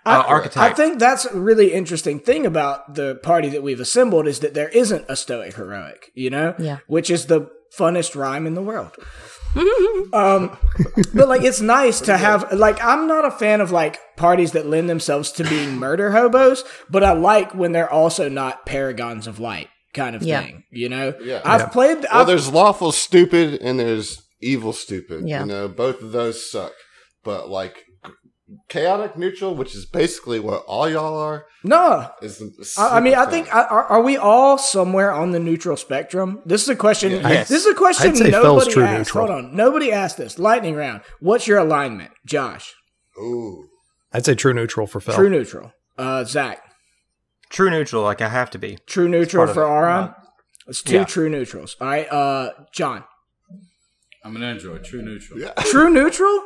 B: uh,
A: I
B: archetype.
A: think that's a really interesting thing about the party that we've assembled is that there isn't a stoic heroic, you know?
F: Yeah.
A: Which is the funnest rhyme in the world. um, but like it's nice to have like I'm not a fan of like parties that lend themselves to being murder hobos, but I like when they're also not paragons of light kind of
F: Yeah.
A: thing, you know?
C: Yeah.
A: I've
E: Yeah.
A: played
C: Well,
A: I've
C: there's lawful stupid and there's evil stupid.
F: Yeah.
C: You know, both of those suck. But like chaotic neutral, which is basically what all y'all are,
A: no,
C: is the
A: I, I mean, I
C: super
A: think
C: thing.
A: I- are, are we all somewhere on the neutral spectrum? This is a question.
B: Yes.
A: This is a question
E: I'd say Fell's
A: nobody
E: true
A: asked.
E: neutral.
A: Hold on, nobody asked this. Lightning round. What's your alignment, Josh?
C: Ooh.
E: I'd say true neutral for Fell.
A: True neutral. Uh, Zach.
B: True neutral, like I have to be.
A: True neutral
B: part of
A: for
B: it.
A: Aron.
B: No.
A: It's two
B: Yeah.
A: true neutrals. All right, uh, John.
D: I'm an android, true neutral.
C: Yeah.
A: True neutral?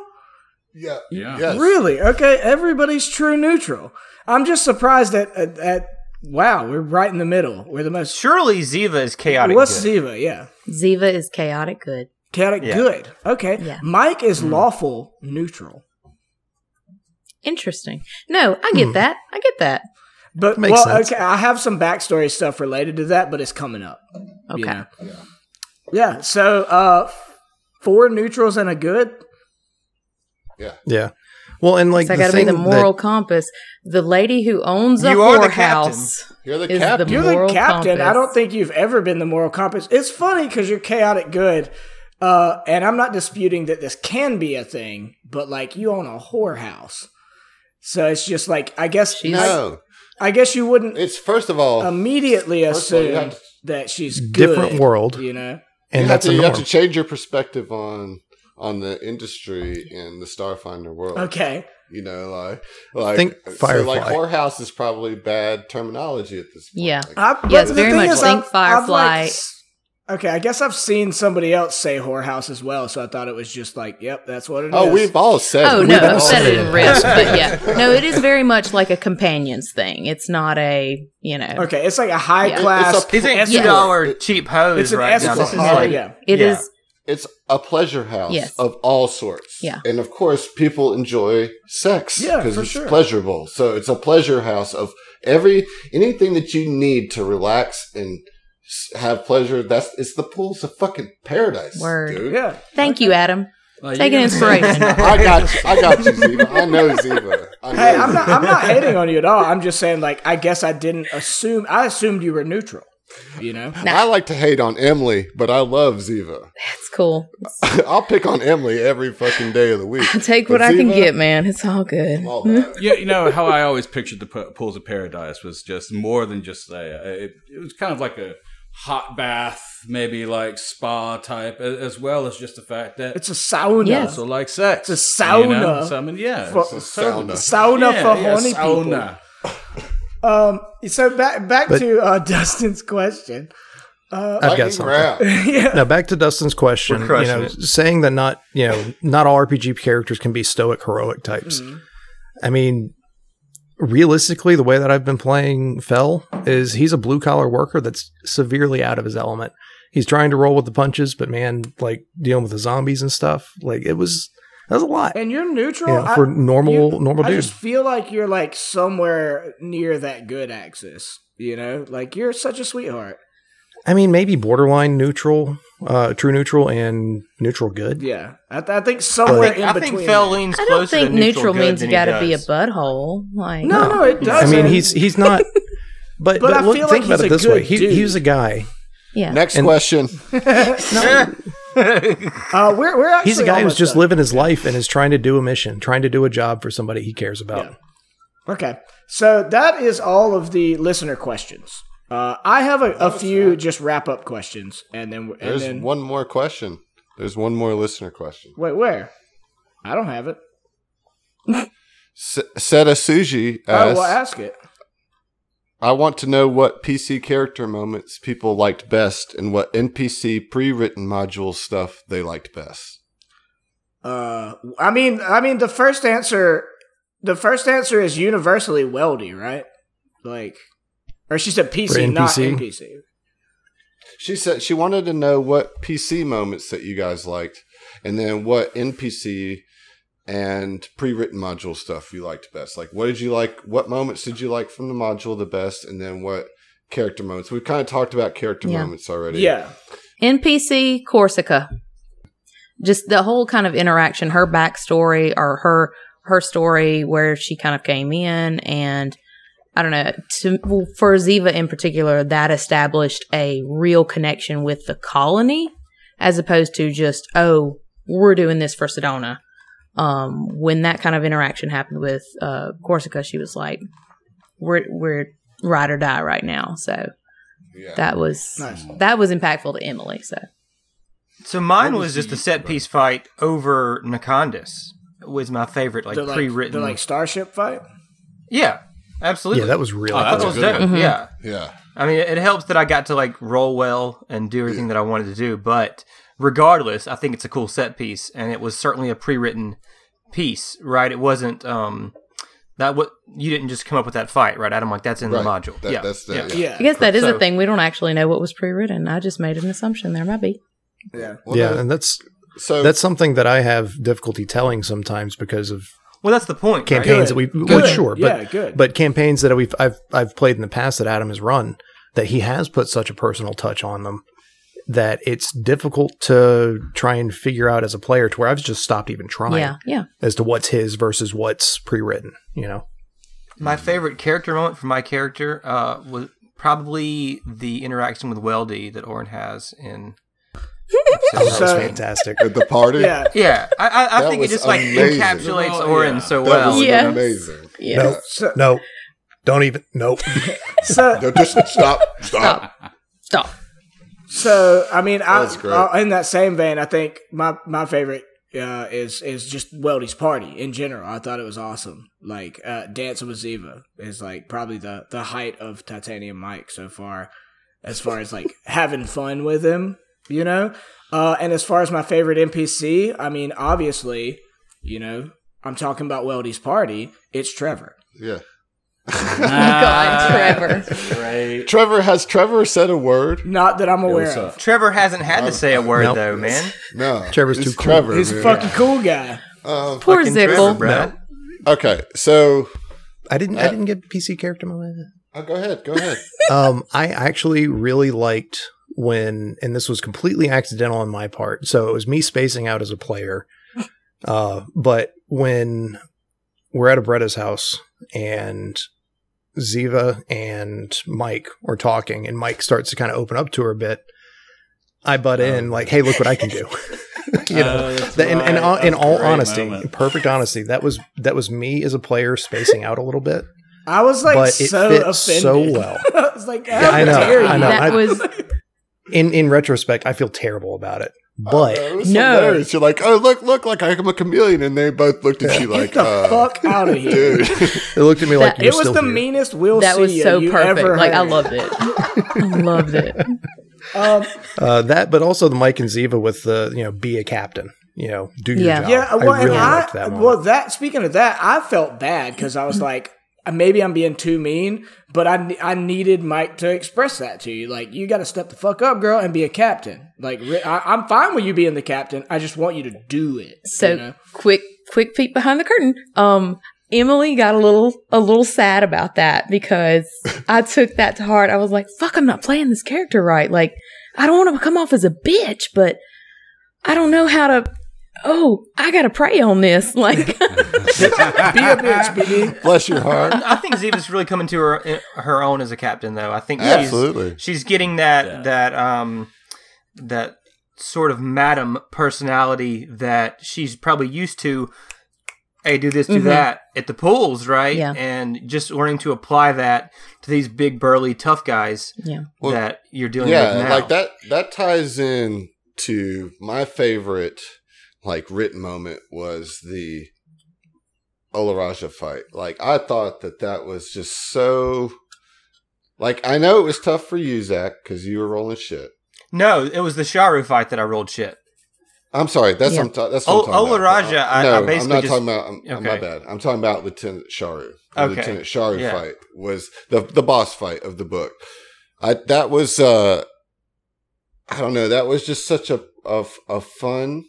C: Yeah.
D: Yeah.
C: Yes.
A: Really? Okay. Everybody's true neutral. I'm just surprised at at, at wow. We're right in the middle. We're the most.
B: Surely Ziva is chaotic.
A: What's
B: good.
A: Ziva? Yeah.
F: Ziva is chaotic good.
A: Chaotic
B: Yeah. Mm.
A: good. Okay.
F: Yeah.
A: Mike is lawful neutral.
F: Interesting. No, I
A: Hmm.
F: get that. I get that.
A: But
E: Makes
A: well,
E: sense.
A: okay, I have some backstory stuff related to that, but it's coming up. you
F: Okay.
A: know. Yeah. So uh f- four neutrals and a good.
E: Yeah. Well, and like
F: so I
E: the
F: got to be
E: thing
F: the moral
E: that,
F: compass. The lady who owns a
B: You are the
F: whorehouse.
C: You're the
F: Is the-
C: captain.
A: You're the
F: Moral
A: captain. I
F: compass.
A: don't think you've ever been the moral compass. It's funny because you're chaotic good. Uh, and I'm not disputing that this can be a thing, but like you own a whorehouse. So it's just like I guess
F: She's-
C: no.
A: I guess you wouldn't
C: It's first of all
A: Um, immediately
C: First of all, you
A: assume
C: have-
A: that she's good,
E: Different world.
A: you know.
E: and
C: you
E: that's
C: have to,
E: a
C: you
E: norm.
C: have to change your perspective on on the industry and the Starfinder world.
A: Okay.
C: You know, like like
E: Think
C: so like
E: Firefly.
C: whorehouse is probably bad terminology at this point.
F: Yeah.
C: Like,
A: I, but
F: Yes,
A: the
F: very
A: thing
F: much
A: is,
F: think
A: I've- I've,
F: Firefly.
A: like, s- okay, I guess I've seen somebody else say whorehouse as well, so I thought it was just like, yep, that's what it is.
C: oh, we've all said.
F: Oh
C: it.
F: no,
C: We've all
F: I've said it
C: said
F: in risk, but yeah, no, it is very much like a companions thing. It's not a you know,
A: okay, it's like a high
F: Yeah.
A: class.
C: It's a-
B: These ain't
A: escort.
B: two dollar
C: It-
B: cheap hoes
A: It's an
B: right now.
A: escort.
B: This is
C: hard-
B: like
A: yeah.
F: It
B: Yeah.
F: is
C: It's a pleasure house
F: Yes.
C: of all sorts.
F: Yeah.
C: And of course, people enjoy sex
A: Yeah, for
C: it's
A: sure.
C: pleasurable. So it's a pleasure house of every anything that you need to relax and s- have pleasure. That's it's the pool's a fucking paradise,
F: Word.
C: dude.
A: yeah.
F: Thank you, Adam.
D: Like,
F: Take
D: you
F: an
D: know-
F: inspiration.
C: I got you. I got you, Ziva. I know Ziva. I know
A: Hey, I'm not.
C: Ziva.
A: I'm not hating on you at all. I'm just saying, like, I guess I didn't assume. I assumed you were neutral. You know.
C: I like to hate on Emily, but I love Ziva.
F: That's cool.
C: I'll pick on Emily every fucking day of the week.
F: Take
C: But
F: what I can
C: Ziva,
F: get, man. It's all good.
C: I'm all
A: Hmm?
C: about it.
D: Yeah, you know how I always pictured the p- pools of paradise was just more than just a. It, it was kind of like a hot bath, maybe like spa type, a- as well as just the fact that
A: It's a sauna.
F: Yeah.
D: also like sex.
A: It's a sauna.
D: So, I mean, yeah,
A: For-
D: it's
C: Sauna.
A: Sauna
D: yeah,
A: for
D: yeah,
A: horny people.
D: sauna.
A: Um, so back back
E: But-
A: to uh, Dustin's question. Uh,
E: I've
C: Lightning
E: got something.
C: round.
A: yeah,
E: Now back to Dustin's question.
B: We're
E: You
B: crushing
E: know,
B: it.
E: saying that not you know not all RPG characters can be stoic heroic types.
B: Mm-hmm.
E: I mean, realistically, the way that I've been playing Fell is he's a blue collar worker that's severely out of his element. He's trying to roll with the punches, but man, like dealing with the zombies and stuff, like it was that was a lot.
A: and you're neutral
E: You know, for normal- normal
A: I
E: dude.
A: just feel like you're like somewhere near that good axis. You know, like you're such a sweetheart.
E: I mean, maybe borderline neutral, uh, true neutral, and neutral good.
A: Yeah, I, th- I think somewhere
B: I
A: in
B: think, I
A: between.
B: think Fel
A: that.
B: leans
F: I
B: closer
F: don't think
B: to neutral,
F: neutral means
B: you
F: you got to be a butthole. Like,
A: no, no, it
B: I
E: I
A: doesn't.
E: mean, he's he's not.
A: But
E: But, but,
A: I
E: look,
A: feel
E: think
A: like he's
E: about it
A: a
E: this way.
A: good
E: He,
A: dude.
E: he was a guy.
F: yeah,
C: Next
E: And-
C: question.
A: uh, we're we're actually
E: He's a guy who's
A: almost
E: just
A: done.
E: living his life and is trying to do a mission, trying to do a job for somebody he cares about.
A: Okay. So that is all of the listener questions. Uh, I have a, a few just wrap up questions, and then and
C: There's
A: then
C: one more question. There's one more listener question.
A: wait where? I don't have it.
C: S- Seta Suji
A: Oh,
C: asks,
A: well, ask it.
C: I want to know what PC character moments people liked best and what NPC pre written module stuff they liked best.
A: Uh, I mean, I mean, the first answer, the first answer is universally weldy, right? Like, or she said
E: For
A: PC, not
E: NPC?
A: NPC.
C: She said she wanted to know what PC moments that you guys liked and then what NPC and pre written module stuff you liked best. Like, what did you like? What moments did you like from the module the best? And then what character moments? We've kind of talked about character
F: Yeah.
C: moments already.
A: Yeah,
F: NPC Corsica. Just the whole kind of interaction, her backstory or her her story where she kind of came in and I don't know, to, well, for Ziva in particular, that established a real connection with the colony as opposed to just, oh, we're doing this for Sedona. Um, when that kind of interaction happened with uh, Corsica, she was like, we're, we're ride or die right now. So
C: Yeah.
F: that was
A: nice.
F: that was impactful to Emily. So
B: So mine
G: What
B: was
G: was
B: just
G: the-
B: a set piece fight over Nakondas was my favorite, like
A: the, like,
B: pre-written.
A: the like starship fight.
B: yeah, absolutely.
E: Yeah, that was really.
G: Oh,
B: I
G: that's
B: thought it
G: a
B: was
G: good
B: dope.
F: one. Mhm.
B: Yeah,
C: Yeah.
B: I mean, it helps that I got to like roll well and do everything that I wanted to do. But regardless, I think it's a cool set piece, and it was certainly a pre-written piece, right? It wasn't um that what you didn't just come up with that fight, right? Adam, like that's in
C: Right.
B: the module.
C: That-
B: yeah,
C: that's the-
B: yeah.
C: yeah.
A: Yeah,
F: I guess that is
B: So-
F: a thing. We don't actually know what was pre-written. I just made an assumption. There might be.
A: yeah.
C: Well,
E: yeah,
C: no,
E: and that's
C: so
E: that's something that I have difficulty telling sometimes because of
B: Well, that's the point. right?
E: campaigns that we. Well, sure, but
A: yeah, good.
E: but campaigns that we've I've I've played in the past that Adam has run that he has put such a personal touch on them that it's difficult to try and figure out as a player to where I've just stopped even trying
F: Yeah, yeah.
E: as to what's his versus what's pre-written, you know.
B: My favorite character moment for my character uh, was probably the interaction with Weldy that Orin has in.
E: Oh, that was
A: So-
E: fantastic.
C: at the party,
A: yeah,
B: Yeah, I, I, I
C: That
B: think it
C: was
B: just like
C: amazing.
B: encapsulates
G: Oh,
B: Orin
G: yeah.
B: so
C: that
B: well.
C: was
F: Yes.
C: amazing.
F: Yeah.
E: No.
A: so,
E: No. Don't even no.
A: so
C: No, just stop, stop.
F: Stop.
A: So I mean, I,
C: That's great.
A: uh, in that same vein, I think my my favorite uh, is is just Weldy's party in general. I thought it was awesome. Like uh, dancing with Ziva is like probably the the height of Titanium Mike so far, as far as like having fun with him, you know. Uh, and as far as my favorite NPC, I mean, obviously, you know, I'm talking about Weldy's party. It's Trevor.
C: Yeah.
B: Uh,
F: God, Trevor.
G: Great.
C: Trevor has Trevor said a word?
A: Not that I'm aware
G: what's
A: of.
B: Trevor hasn't had to say a word
E: Nope.
B: though, man.
C: No,
E: Trevor's
C: it's
E: too cool.
C: Trevor.
A: He's a
C: man.
A: fucking cool guy.
C: Um,
F: Poor
B: Fucking Trevor,
F: Zickle.
B: bro.
C: okay, so
E: I didn't I didn't get PC character moment.
C: oh, go ahead, go ahead.
E: um, I actually really liked when, and this was completely accidental on my part. So it was me spacing out as a player. Uh, but when we're at Abretta's house and Ziva and Mike are talking, and Mike starts to kind of open up to her a bit, I butt in like, "Hey, look what I can do." you know,
G: Oh, that's
E: that, in, in,
G: right.
E: all, in
G: That's a
E: all
G: great
E: honesty,
G: moment.
E: in perfect honesty, that was that was me as a player spacing out a little bit,
A: I was like
E: but it
A: so
E: fits
A: offended.
E: so well.
A: I was like, how
E: I know,
A: dare you?
E: I know.
F: That
E: I-
F: was
E: in in retrospect, I feel terrible about it But
C: Uh, it was
F: No.
C: hilarious. You're like, oh look, look, like I'm a chameleon, and they both looked at you like,
A: Get the
C: uh,
A: fuck out of here.
C: dude.
E: it looked at me like
F: That-
E: you're
A: It was
E: still
A: the
E: here.
A: meanest Will
F: That
A: see
F: was
A: ya
F: so
A: you
F: perfect.
A: ever
F: Like I
A: heard.
F: loved it. I loved it.
A: Um,
E: Uh, that, but also the Mike and Ziva with the you know be a captain. You know, do your
F: Yeah.
E: job.
A: yeah, well,
E: I
A: and
E: really
A: I,
E: liked that one.
A: well, that speaking of that, I felt bad because I was like, uh, maybe I'm being too mean, but I ne- I needed Mike to express that to you. Like, you got to step the fuck up, girl, and be a captain. Like, re- I, am fine with you being the captain. I just want you to do it.
F: So
A: you know?
F: quick, quick peek behind the curtain. Um, Emily got a little, a little sad about that because I took that to heart. I was like, fuck, I'm not playing this character right. Like, I don't want to come off as a bitch, but I don't know how to. Oh, I gotta pray on this. Like,
A: be a bitch, BD.
C: Bless your heart.
B: I think Ziva's really coming to her her own as a captain, though. I think she's
C: Absolutely.
B: she's getting that
G: Yeah.
B: that um that sort of madam personality that she's probably used to. Hey, do this, do
C: Mm-hmm.
F: Mhm.
B: that at the pools, right?
F: Yeah.
B: And just learning to apply that to these big burly tough guys
F: yeah,
C: Well,
B: that you're dealing
C: Yeah,
B: with now.
C: like that. That ties in to my favorite, like written moment was the Olaraja fight. Like I thought that that was just so. Like I know it was tough for you, Zach, because you were rolling shit.
B: No, it was the Sharu fight that I rolled shit.
C: I'm sorry. That's what I'm ta- that's what
B: O-
C: I'm talking about.
B: Olaraja, I- I
C: no, am
B: basically
C: not
B: just-
C: talking about. I'm, I'm- My
B: okay.
C: bad. I'm talking about Lieutenant Sharu. The
B: Okay.
C: Lieutenant Sharu
B: Yeah.
C: fight was the the boss fight of the book. I that was uh, I don't know. That was just such a a, a fun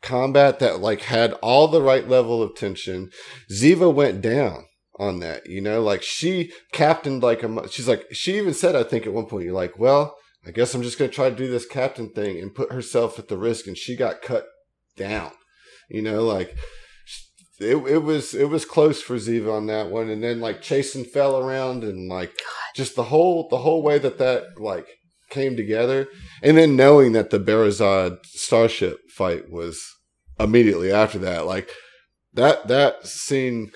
C: combat that like had all the right level of tension. Ziva went down on that. You know, like she captained like a. mo- She's like she even said I think at one point you're like well. I guess I'm just going to try to do this captain thing and put herself at the risk. And she got cut down, you know, like it, it was, it was close for Ziva on that one. And then like Chasen fell around and like just the whole, the whole way that that like came together. And then knowing that the Barazad starship fight was immediately after that, like that, that scene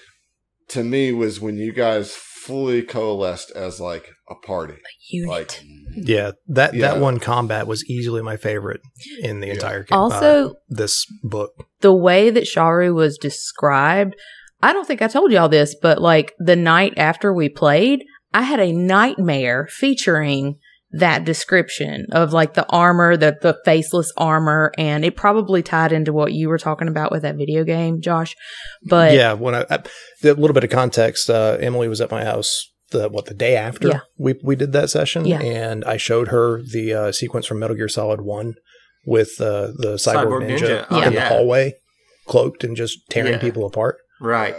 C: to me was when you guys fully coalesced as like a party.
F: unit.
C: Like,
E: yeah, that
C: Yeah.
E: that one combat was easily my favorite in the
C: Yeah.
E: entire. ca- uh,
F: also,
E: this book.
F: the way that Sharu was described, I don't think I told y'all this, but like the night after we played, I had a nightmare featuring that description of like the armor, the the faceless armor, and it probably tied into what you were talking about with that video game, Josh. But
E: yeah, when I, I a little bit of context, uh, Emily was at my house the what the day after
F: Yeah.
E: we we did that session,
F: Yeah.
E: and I showed her the uh, sequence from Metal Gear Solid One with uh, the cyborg,
B: Cyborg
E: ninja,
B: Ninja. Oh,
E: in the
B: yeah.
E: hallway, cloaked and just tearing
B: Yeah.
E: people apart.
B: Right.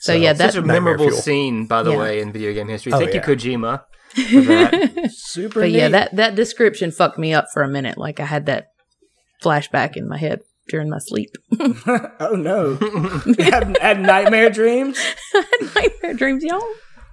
F: so, yeah,
B: Such
F: that's
B: a
E: Nightmare
B: memorable
E: fuel.
B: scene, by the
F: Yeah.
B: way, in video game history.
E: Oh,
B: Thank
E: yeah.
B: you, Kojima, for that.
A: Super.
F: but yeah,
A: neat.
F: that that description fucked me up for a minute. Like I had that flashback in my head during my sleep.
A: oh no, had, had nightmare dreams.
F: Nightmare dreams, y'all.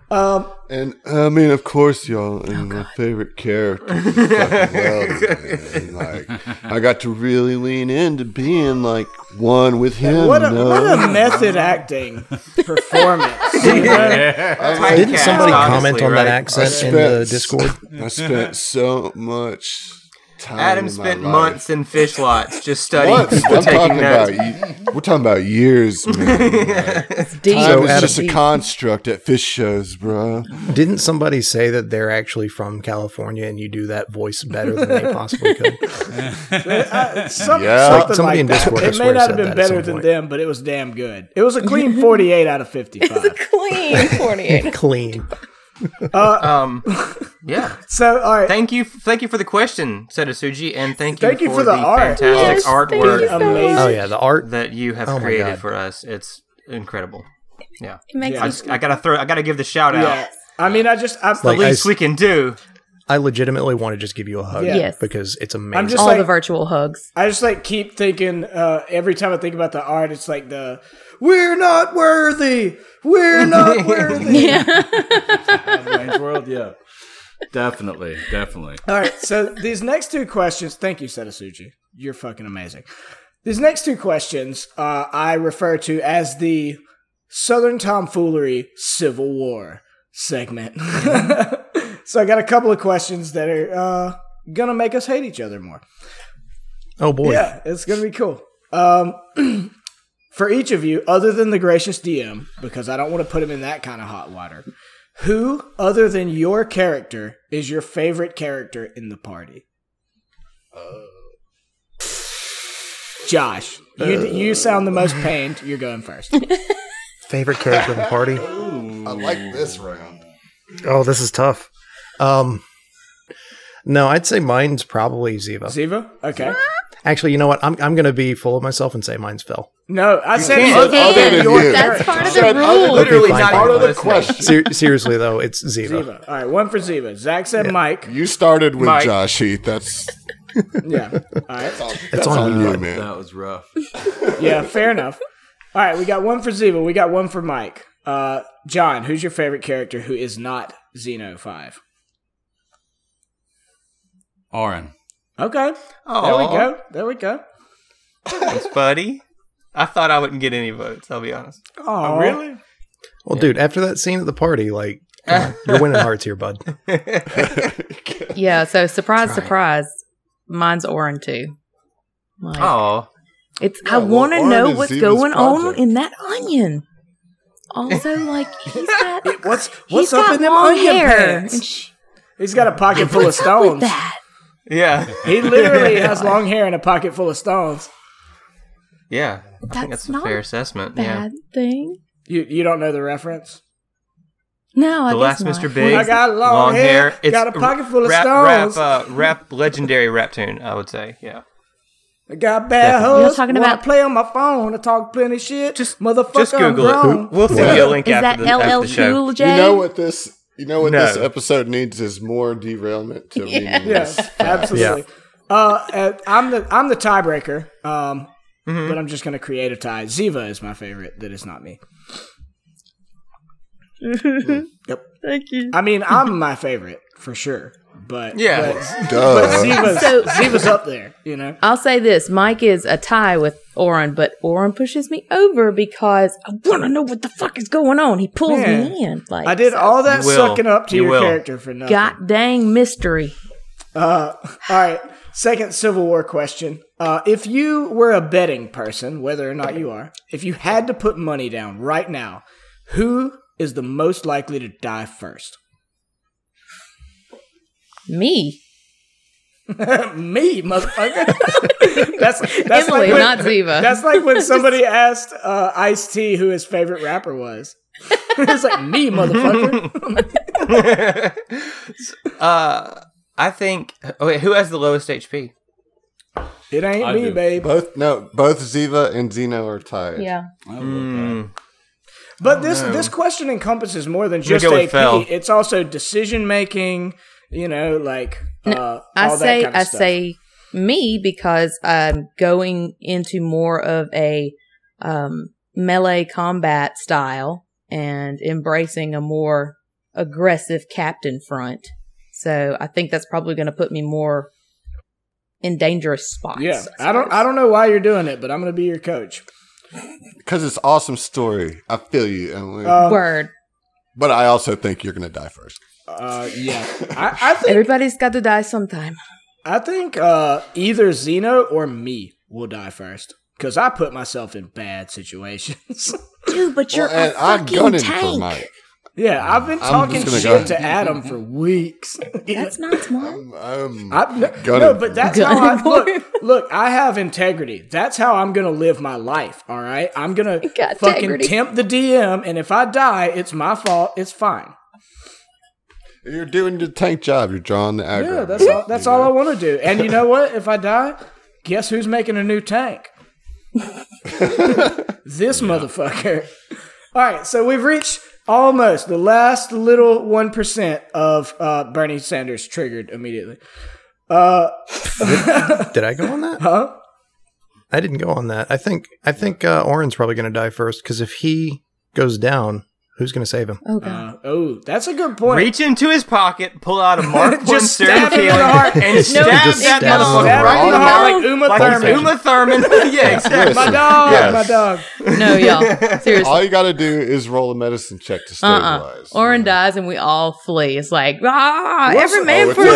A: Um,
C: And I mean, of course, y'all. And my favorite character, is fucking Weldon, man. like I got to really lean into being like one with him.
A: what a
C: you know?
A: what a method acting performance. you know?
B: Typecast,
E: Didn't somebody
B: honestly,
E: comment on that
B: right?
E: accent in
C: spent-
E: the Discord?
C: I spent so much time.
B: Adam
C: in my
B: spent
C: life-
B: months in fish lots just studying,
C: Months. I'm
B: taking
C: talking
B: notes.
C: about. ye- We're talking about years, man. Like,
F: It's deep.
C: time is
F: It's
C: just a
F: deep.
C: construct at fish shows, bro.
E: Didn't somebody say that they're actually from California and you do that voice better than they possibly could?
A: Uh, some,
C: Yeah.
A: something
E: Somebody
A: like
E: in Discord, I
A: that. It may
E: swear,
A: not have
E: said
A: been
E: that at
A: better
E: some
A: than
E: point.
A: them, but it was damn good. It was a clean 48 out of 55.
F: clean 48.
E: Clean.
B: Um, yeah.
A: So, all right.
B: Thank you, thank you for the question, said Asuji, and thank you,
A: Thank you
B: for,
A: for the
B: the,
A: art.
B: fantastic
F: Yes, thank you so
B: artwork
A: Amazing.
F: much.
E: Oh yeah, the art.
B: that you have
E: Oh my
B: created
E: God.
B: for us. It's incredible. Yeah,
F: It makes
A: Yeah.
B: I,
F: me
B: just, I gotta throw, I gotta give the shout out.
A: yeah. I mean, I just, I'm,
B: The
E: Like, I
B: least
E: s-
B: we can do.
E: I legitimately want to just give you a hug.
A: Yeah.
F: Yes.
E: because it's amazing.
A: I'm just
F: all
A: like,
F: the virtual hugs.
A: I just like keep thinking, uh, every time I think about the art, it's like the, we're not worthy. We're not worthy.
D: Strange world, yeah. Definitely, definitely.
A: All right. So these next two questions. Thank you, Setasuji. You're fucking amazing. These next two questions uh, I refer to as the Southern Tomfoolery Civil War segment. so I got a couple of questions that are uh, going to make us hate each other more.
E: Oh boy.
A: Yeah, it's gonna be cool. Um, for each of you, other than the gracious DM, because I don't want to put him in that kind of hot water. Who, other than your character, is your favorite character in the party?
E: Uh.
A: Josh,
E: Uh.
A: you you sound the most pained. You're going first.
E: Favorite character in the party?
C: I like this round.
E: Oh, this is tough. Um, no, I'd say mine's probably Ziva.
A: Ziva. Okay.
E: Actually, you know what? I'm I'm gonna be full of myself and say mine's Phil.
A: No, I said
B: can't.
A: other,
C: Other
A: than
C: than
A: your
C: you.
A: character.
F: That's part of
C: Said
F: the
C: other
F: rule.
C: than-
B: Literally
E: fine.
B: not
C: Part
B: even
C: of the
B: listening.
C: question.
E: Ser- seriously though, it's Ziva.
A: Ziva. All right, one for Ziva. Zach said Mike.
C: You started with
B: Mike.
C: Josh Heath. That's
A: Yeah. All right.
C: that's
E: on
C: on
E: you.
C: you, man.
G: That was rough.
A: Yeah, fair enough. All right, we got one for Ziva. We got one for Mike. Uh, John, who's your favorite character who is not Xeno 5?
D: Auron.
A: Okay.
B: Oh,
A: There we go. There we go.
B: Thanks, buddy. I thought I wouldn't get any votes. I'll be honest.
A: Aw.
E: Well, dude, after that scene at the party, like come on, you're winning hearts here, bud.
F: Yeah, so surprise, surprise. Mine's Orin too. Like,
B: Oh,
F: it's
C: Yeah,
F: I
C: well,
F: want to
C: Orin
F: know
C: is
F: what's
C: Ziva's
F: going on
C: project.
F: in that onion. Also, like he's got
A: What's
F: he's
A: what's up
F: got
A: in them
F: long
A: onion
F: hair.
A: pants?
F: And she,
A: He's got a pocket full of
F: what's up with
A: stones.
F: that?
B: yeah,
A: He literally has long hair and a pocket full of stones.
B: yeah. I think
F: That's
B: that's a
F: not
B: fair assessment. Yeah.
F: Bad thing.
A: You you don't know the reference?
F: No, I
A: Oh,
B: The
F: guess
B: last
F: not.
B: Mr. Big,
A: I got long hair, got a pocket full of
B: rap,
A: stones.
B: Rap, uh, rap, legendary rap tune. I would say, yeah.
A: I got bad
B: Definitely.
A: hoes.
F: You're talking
A: wanna
F: about-
A: play on my phone. I talk plenty shit.
B: Just-
A: motherfucker,
B: Just
A: I'm
B: Google
A: grown.
B: it. We'll send you a link
F: Is that
B: after, the, after
F: LL
B: the show.
F: Cool J?
C: You know what this you know what
B: No.
C: this episode needs is more derailment to yeah.
A: Yes, absolutely. Uh, uh, I'm the I'm the tiebreaker, um,
B: Mm-hmm.
A: but I'm just going to create a tie. Ziva is my favorite. That is not me. yep.
F: Thank you.
A: I mean, I'm my favorite for sure, but
B: Yeah.
A: but, but
C: Duh.
A: Ziva's,
F: So-
A: Ziva's up there. You know,
F: I'll say this: Mike is a tie with Oren, but Oren pushes me over because I want to know what the fuck is going on. He pulls
A: Man,
F: me in. Like
A: I did all that
B: You will.
A: sucking up to
B: You
A: your
B: will.
A: character for nothing.
F: God dang mystery.
A: Uh, all right. Second Civil War question. Uh, if you were a betting person, whether or not you are, if you had to put money down right now, who is the most likely to die first?
F: Me,
A: Me, motherfucker. that's that's like
F: Emily,
A: when,
F: not Ziva.
A: That's like when somebody asked uh, Ice T who his favorite rapper was. it's like me, motherfucker.
B: uh, I think. Oh, wait, who has the lowest HP?
A: It ain't
D: I
A: me,
D: do.
A: babe. But,
C: Both no, both Ziva and Zeno are tied.
F: yeah.
B: Mm,
A: this
B: no.
A: this question encompasses more than just
B: go with Fel.
A: AP. It's also decision making. You know, like uh,
F: I
A: all
F: say
A: that kind of
F: I
A: stuff.
F: say me because I'm going into more of a um, melee combat style and embracing a more aggressive captain front. So I think that's probably going to put me more in dangerous spots.
A: Yeah, I don't. I don't know why you're doing it, but I'm going to be your coach.
C: Because it's awesome story. I feel you, Emily.
A: Um,
F: Word.
C: but I also think you're gonna die first.
A: Uh, yeah, I, I think.
F: Everybody's got to die sometime.
A: I think uh, either Zeno or me will die first because I put myself in bad situations.
F: Dude, but you're
C: Well,
F: a
C: and I'm
F: fucking
C: gunning for
F: tank.
C: Mike.
A: yeah, I've been
C: I'm
A: talking
C: just gonna
A: shit
C: go-
A: to Adam for weeks.
F: That's not smart.
C: I'm, I'm
A: I, no,
C: gunning
A: no,
C: for
A: but that's
F: Gunning
A: how I
F: for
A: look. Look, I have integrity. That's how I'm gonna live my life. All right, I'm gonna
F: got
A: fucking
F: integrity.
A: tempt the DM, and if I die, it's my fault. It's fine.
C: You're doing the tank job. You're drawing the aggro.
A: Yeah, that's all. That's all I want to do. And you know what? If I die, guess who's making a new tank? this motherfucker. All right, so we've reached almost the last little one percent of uh, Bernie Sanders triggered immediately. Uh,
E: Did I go on that?
A: huh?
E: I didn't go on that. I think I think uh, Oren's probably going to die first because if he goes down, who's going to save him?
F: Oh god.
A: Uh, oh, that's a good point.
B: Hmm. reach into his pocket, pull out a Mark One
A: Just
B: serial
A: stab him in the
B: killer,
A: heart.
B: and stab
E: Just
B: that
E: stab him in the
B: motherfucker
A: Stab
B: right
A: him in the heart like Uma
B: Like
A: Thurman.
B: Uma Thurman. yeah, exactly.
A: my dog,
C: Yes.
A: my dog.
F: No, y'all. Seriously.
C: All you got to do is roll a medicine check to
F: Uh-uh.
C: stabilize.
F: Orin dies and we all flee. It's like, ah, every man
C: oh,
F: for
C: it's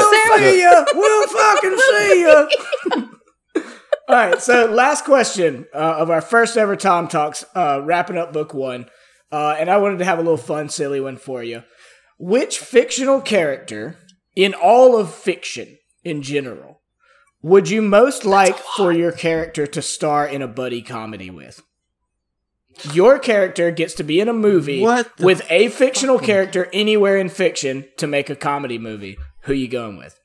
A: We'll
C: a-
F: himself.
C: Sarah.
A: see ya. We'll fucking see ya. All right. So, last question uh, of our first ever Tom Talks, uh, wrapping up book one. Uh, and I wanted to have a little fun, silly one for you. Which fictional character in all of fiction in general would you most like for your character to star in a buddy comedy with? Your character gets to be in a movie
B: What the
A: with a fictional character anywhere in fiction to make a comedy movie. Who you going with?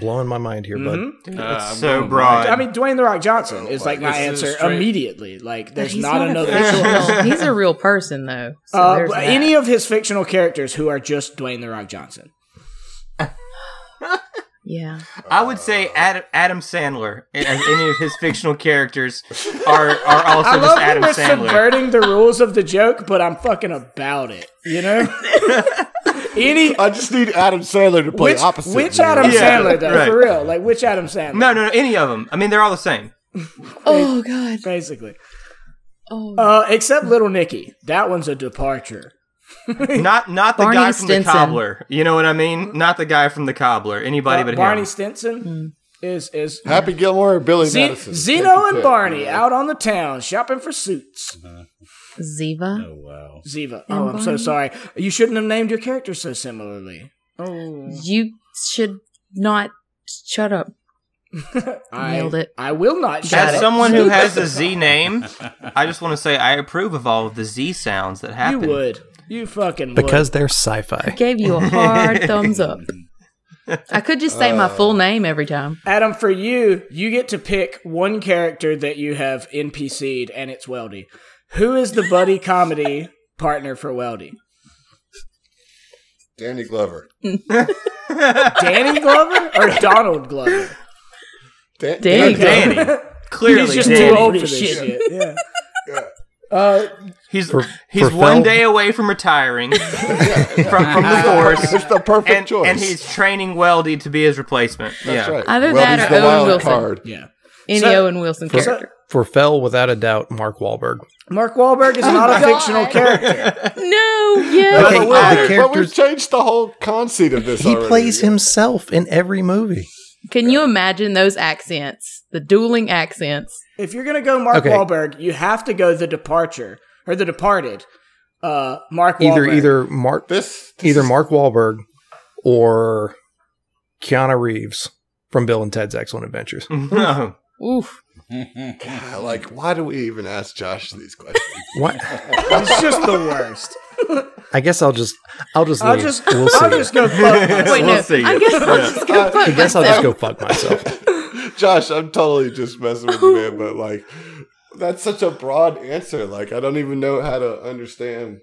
E: Blowing my mind here, bud.
A: Mhm.
B: Dude,
D: Uh,
B: it's
D: I'm
B: so
D: going
B: broad.
A: I mean, Dwayne the Rock Johnson is like my
D: Like, this is
A: answer
D: straight-
A: immediately. Like, there's
F: He's
A: not,
F: a
A: another choice.
F: fictional- He's a real person, though. So
A: Uh,
F: there's
A: but
F: that.
A: any of his fictional characters who are just Dwayne the Rock Johnson.
F: yeah.
B: I would say Adam, Adam Sandler and and any of his fictional characters are are also
A: I
B: just
A: love that
B: Adam
A: we're
B: Sandler.
A: subverting the rules of the joke, but I'm fucking about it. You know, any
C: I just need Adam Sandler to play
A: which,
C: opposite.
A: which
C: me.
A: Adam
B: Yeah,
A: Sandler though,
B: right.
A: for real, like which Adam Sandler?
B: No, no, no, any of them. I mean, they're all the same.
F: Oh God.
A: basically,
F: Oh.
A: uh, except Little Nicky. That one's a departure.
B: Not not the
F: Barney
B: guy from the
F: Stinson.
B: cobbler. You know what I mean? Not the guy from the cobbler. Anybody
A: Uh,
B: but
A: Barney
B: him.
A: Stinson
F: Mm.
A: is is
C: Happy Gilmore or Billy
A: Ze-
C: Madison? Take
A: Zeno
C: your
A: and
C: pick.
A: Barney out on the town shopping for suits.
F: Ziva.
G: Oh wow.
A: Ziva.
F: And
A: Oh, I'm so
F: Barney.
A: sorry. You shouldn't have named your character so similarly. Oh,
F: You should not shut up.
A: I,
F: Nailed it.
A: I will not shout
B: As
A: it.
B: someone who has a Z name, I just want to say I approve of all of the Z sounds that
A: You
B: happen.
A: would. You fucking
E: Because they're sci-fi.
F: Gave you a hard thumbs up. I could just say
B: Uh,
F: my full name every time.
A: would. Adam, for you, you get to pick one character that you have NPC'd, and it's Weldy. Who is the buddy comedy partner for Weldy?
C: Danny Glover.
A: Danny Glover or Donald Glover?
C: Dan-
F: Danny
C: Dan-
F: Glover.
B: Danny. Clearly,
A: He's just
B: Danny.
A: too old for this
F: Shit.
A: shit. Yeah. Uh,
B: He's
E: For-
B: he's
E: for
B: one
E: film.
B: day away from retiring from, from the
C: It's
B: force,
C: the perfect
B: and,
C: choice.
B: and he's training Weldy to be his replacement.
C: That's
B: yeah.
C: right.
F: Either
C: Well,
F: that
C: he's
F: or
C: the
F: Owen
C: wild
F: Wilson.
C: card.
A: yeah.
F: Any
A: So-
F: Owen E Wilson
A: so-
F: character.
E: For Fell, without a doubt, Mark Wahlberg.
A: Mark Wahlberg is not
F: Oh
A: a fictional character.
F: no. Yes.
E: Okay,
C: but, we're-
E: uh, the
C: but we've
E: characters-
C: changed the whole conceit of this
E: He
C: already.
E: plays himself in every movie.
F: Can you imagine those accents? The dueling accents.
A: If you're gonna go Mark
E: Okay.
A: Wahlberg, you have to go The Departure or The Departed. Uh, Mark
E: Either
A: Wahlberg.
E: either Mark
C: This, this
E: either
C: is-
E: Mark Wahlberg or Keanu Reeves from Bill and Ted's Excellent Adventures.
A: Mm.
B: No.
F: Oof.
C: God, like, why do we even ask Josh these questions?
E: What?
A: It's just the worst.
E: I guess I'll just I'll just
A: I'll
E: leave.
A: just
E: we'll see.
A: I'll just go fuck myself.
F: Wait,
B: We'll
F: no.
B: see.
F: I guess I'll just go fuck
E: I guess I'll just
F: myself.
E: go fuck myself.
C: Josh, I'm totally just messing with you, man. But like, that's such a broad answer. Like, I don't even know how to understand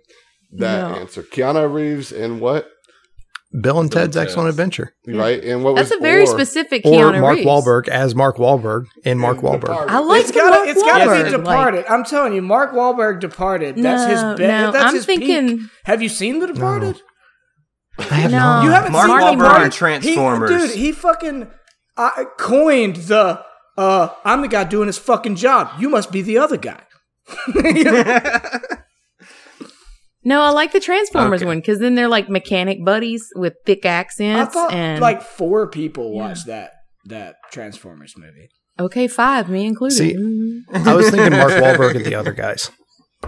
C: that
F: No.
C: answer. Keanu Reeves and what?
E: Bill and Ted's
G: Ted's.
E: Excellent Adventure.
C: Right? And what
F: That's
C: was
F: a very
C: or?
F: specific
E: Or
F: Keanu
E: Mark
F: Reeves.
E: Wahlberg as Mark Wahlberg in Mark
C: And the
E: Wahlberg.
C: Barbie.
F: I like
A: It's
F: the Mark
A: gotta, it's gotta
F: Wahlberg,
A: be
F: like-
A: Departed. I'm telling you, Mark Wahlberg Departed. That's his
F: No,
A: best.
F: no,
A: that's
F: I'm
A: his peak.
F: thinking-
A: Have you seen The Departed?
E: I have
F: No.
E: not.
A: You haven't
B: Mark
A: seen The
F: Wahlberg
A: Departed?
B: in Transformers.
A: He, dude, he fucking uh, coined the. Uh, I'm the guy doing his fucking job. You must be the other guy.
F: No, I like the Transformers
B: Okay.
F: one because then they're like mechanic buddies with thick
A: I
F: accents.
A: thought
F: and
A: like four people watched that that Transformers movie.
F: okay, five, me included.
E: See-
F: Mhm.
E: I was thinking Mark Wahlberg and the other guys.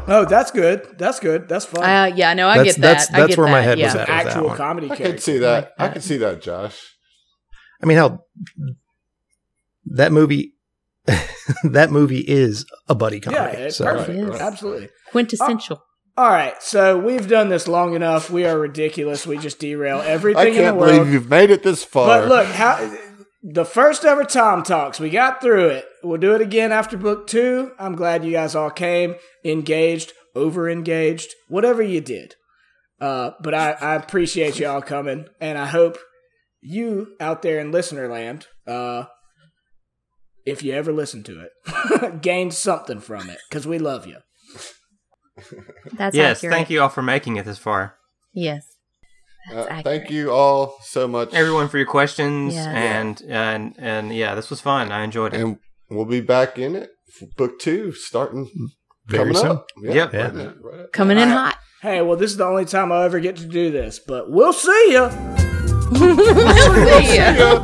A: Oh, that's good. That's good. That's fun.
F: Uh, yeah, no, I
E: That's-
F: get that.
E: that's-
F: I
E: that's
F: get
E: where
F: that.
E: my head
F: yeah.
E: was at. that
A: Actual
E: one.
A: comedy
C: I could
A: character.
C: see that.
F: like
C: I
F: that.
C: could see that, Josh.
E: I mean, how that movie that movie is a buddy
A: Yeah,
E: comedy.
A: it's
E: so
A: perfect.
F: Yes.
A: Absolutely.
F: Quintessential.
A: All right, so we've done this long enough. We are ridiculous. We just derail
C: I
A: everything in the
C: can't
A: world.
C: believe you've made it this far.
A: But look, how the first ever Tom Talks, we got through it. We'll do it again after book two. I'm glad you guys all came, engaged, over engaged, whatever you did. Uh, but I, I appreciate you all coming, and I hope you out there in listener land, uh, if you ever listen to it, gained something from it because we love you.
F: That's
B: yes,
F: accurate.
B: thank you all for making it this far.
F: Yes.
C: Uh,
F: accurate.
C: thank you all so much,
B: Everyone for your questions
F: Yeah.
B: and and and yeah, this was fun. I enjoyed it.
C: and we'll be back in it. for Book two starting
E: Very
C: coming
E: soon.
C: up.
B: Yep.
C: right
E: Yeah.
C: now, right now.
F: Coming in hot.
A: Hey, well, this is the only time I'll ever get to do this, but we'll see you.
F: We'll see ya.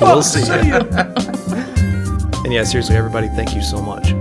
E: We'll see. ya. And yeah, seriously, everybody, thank you so much.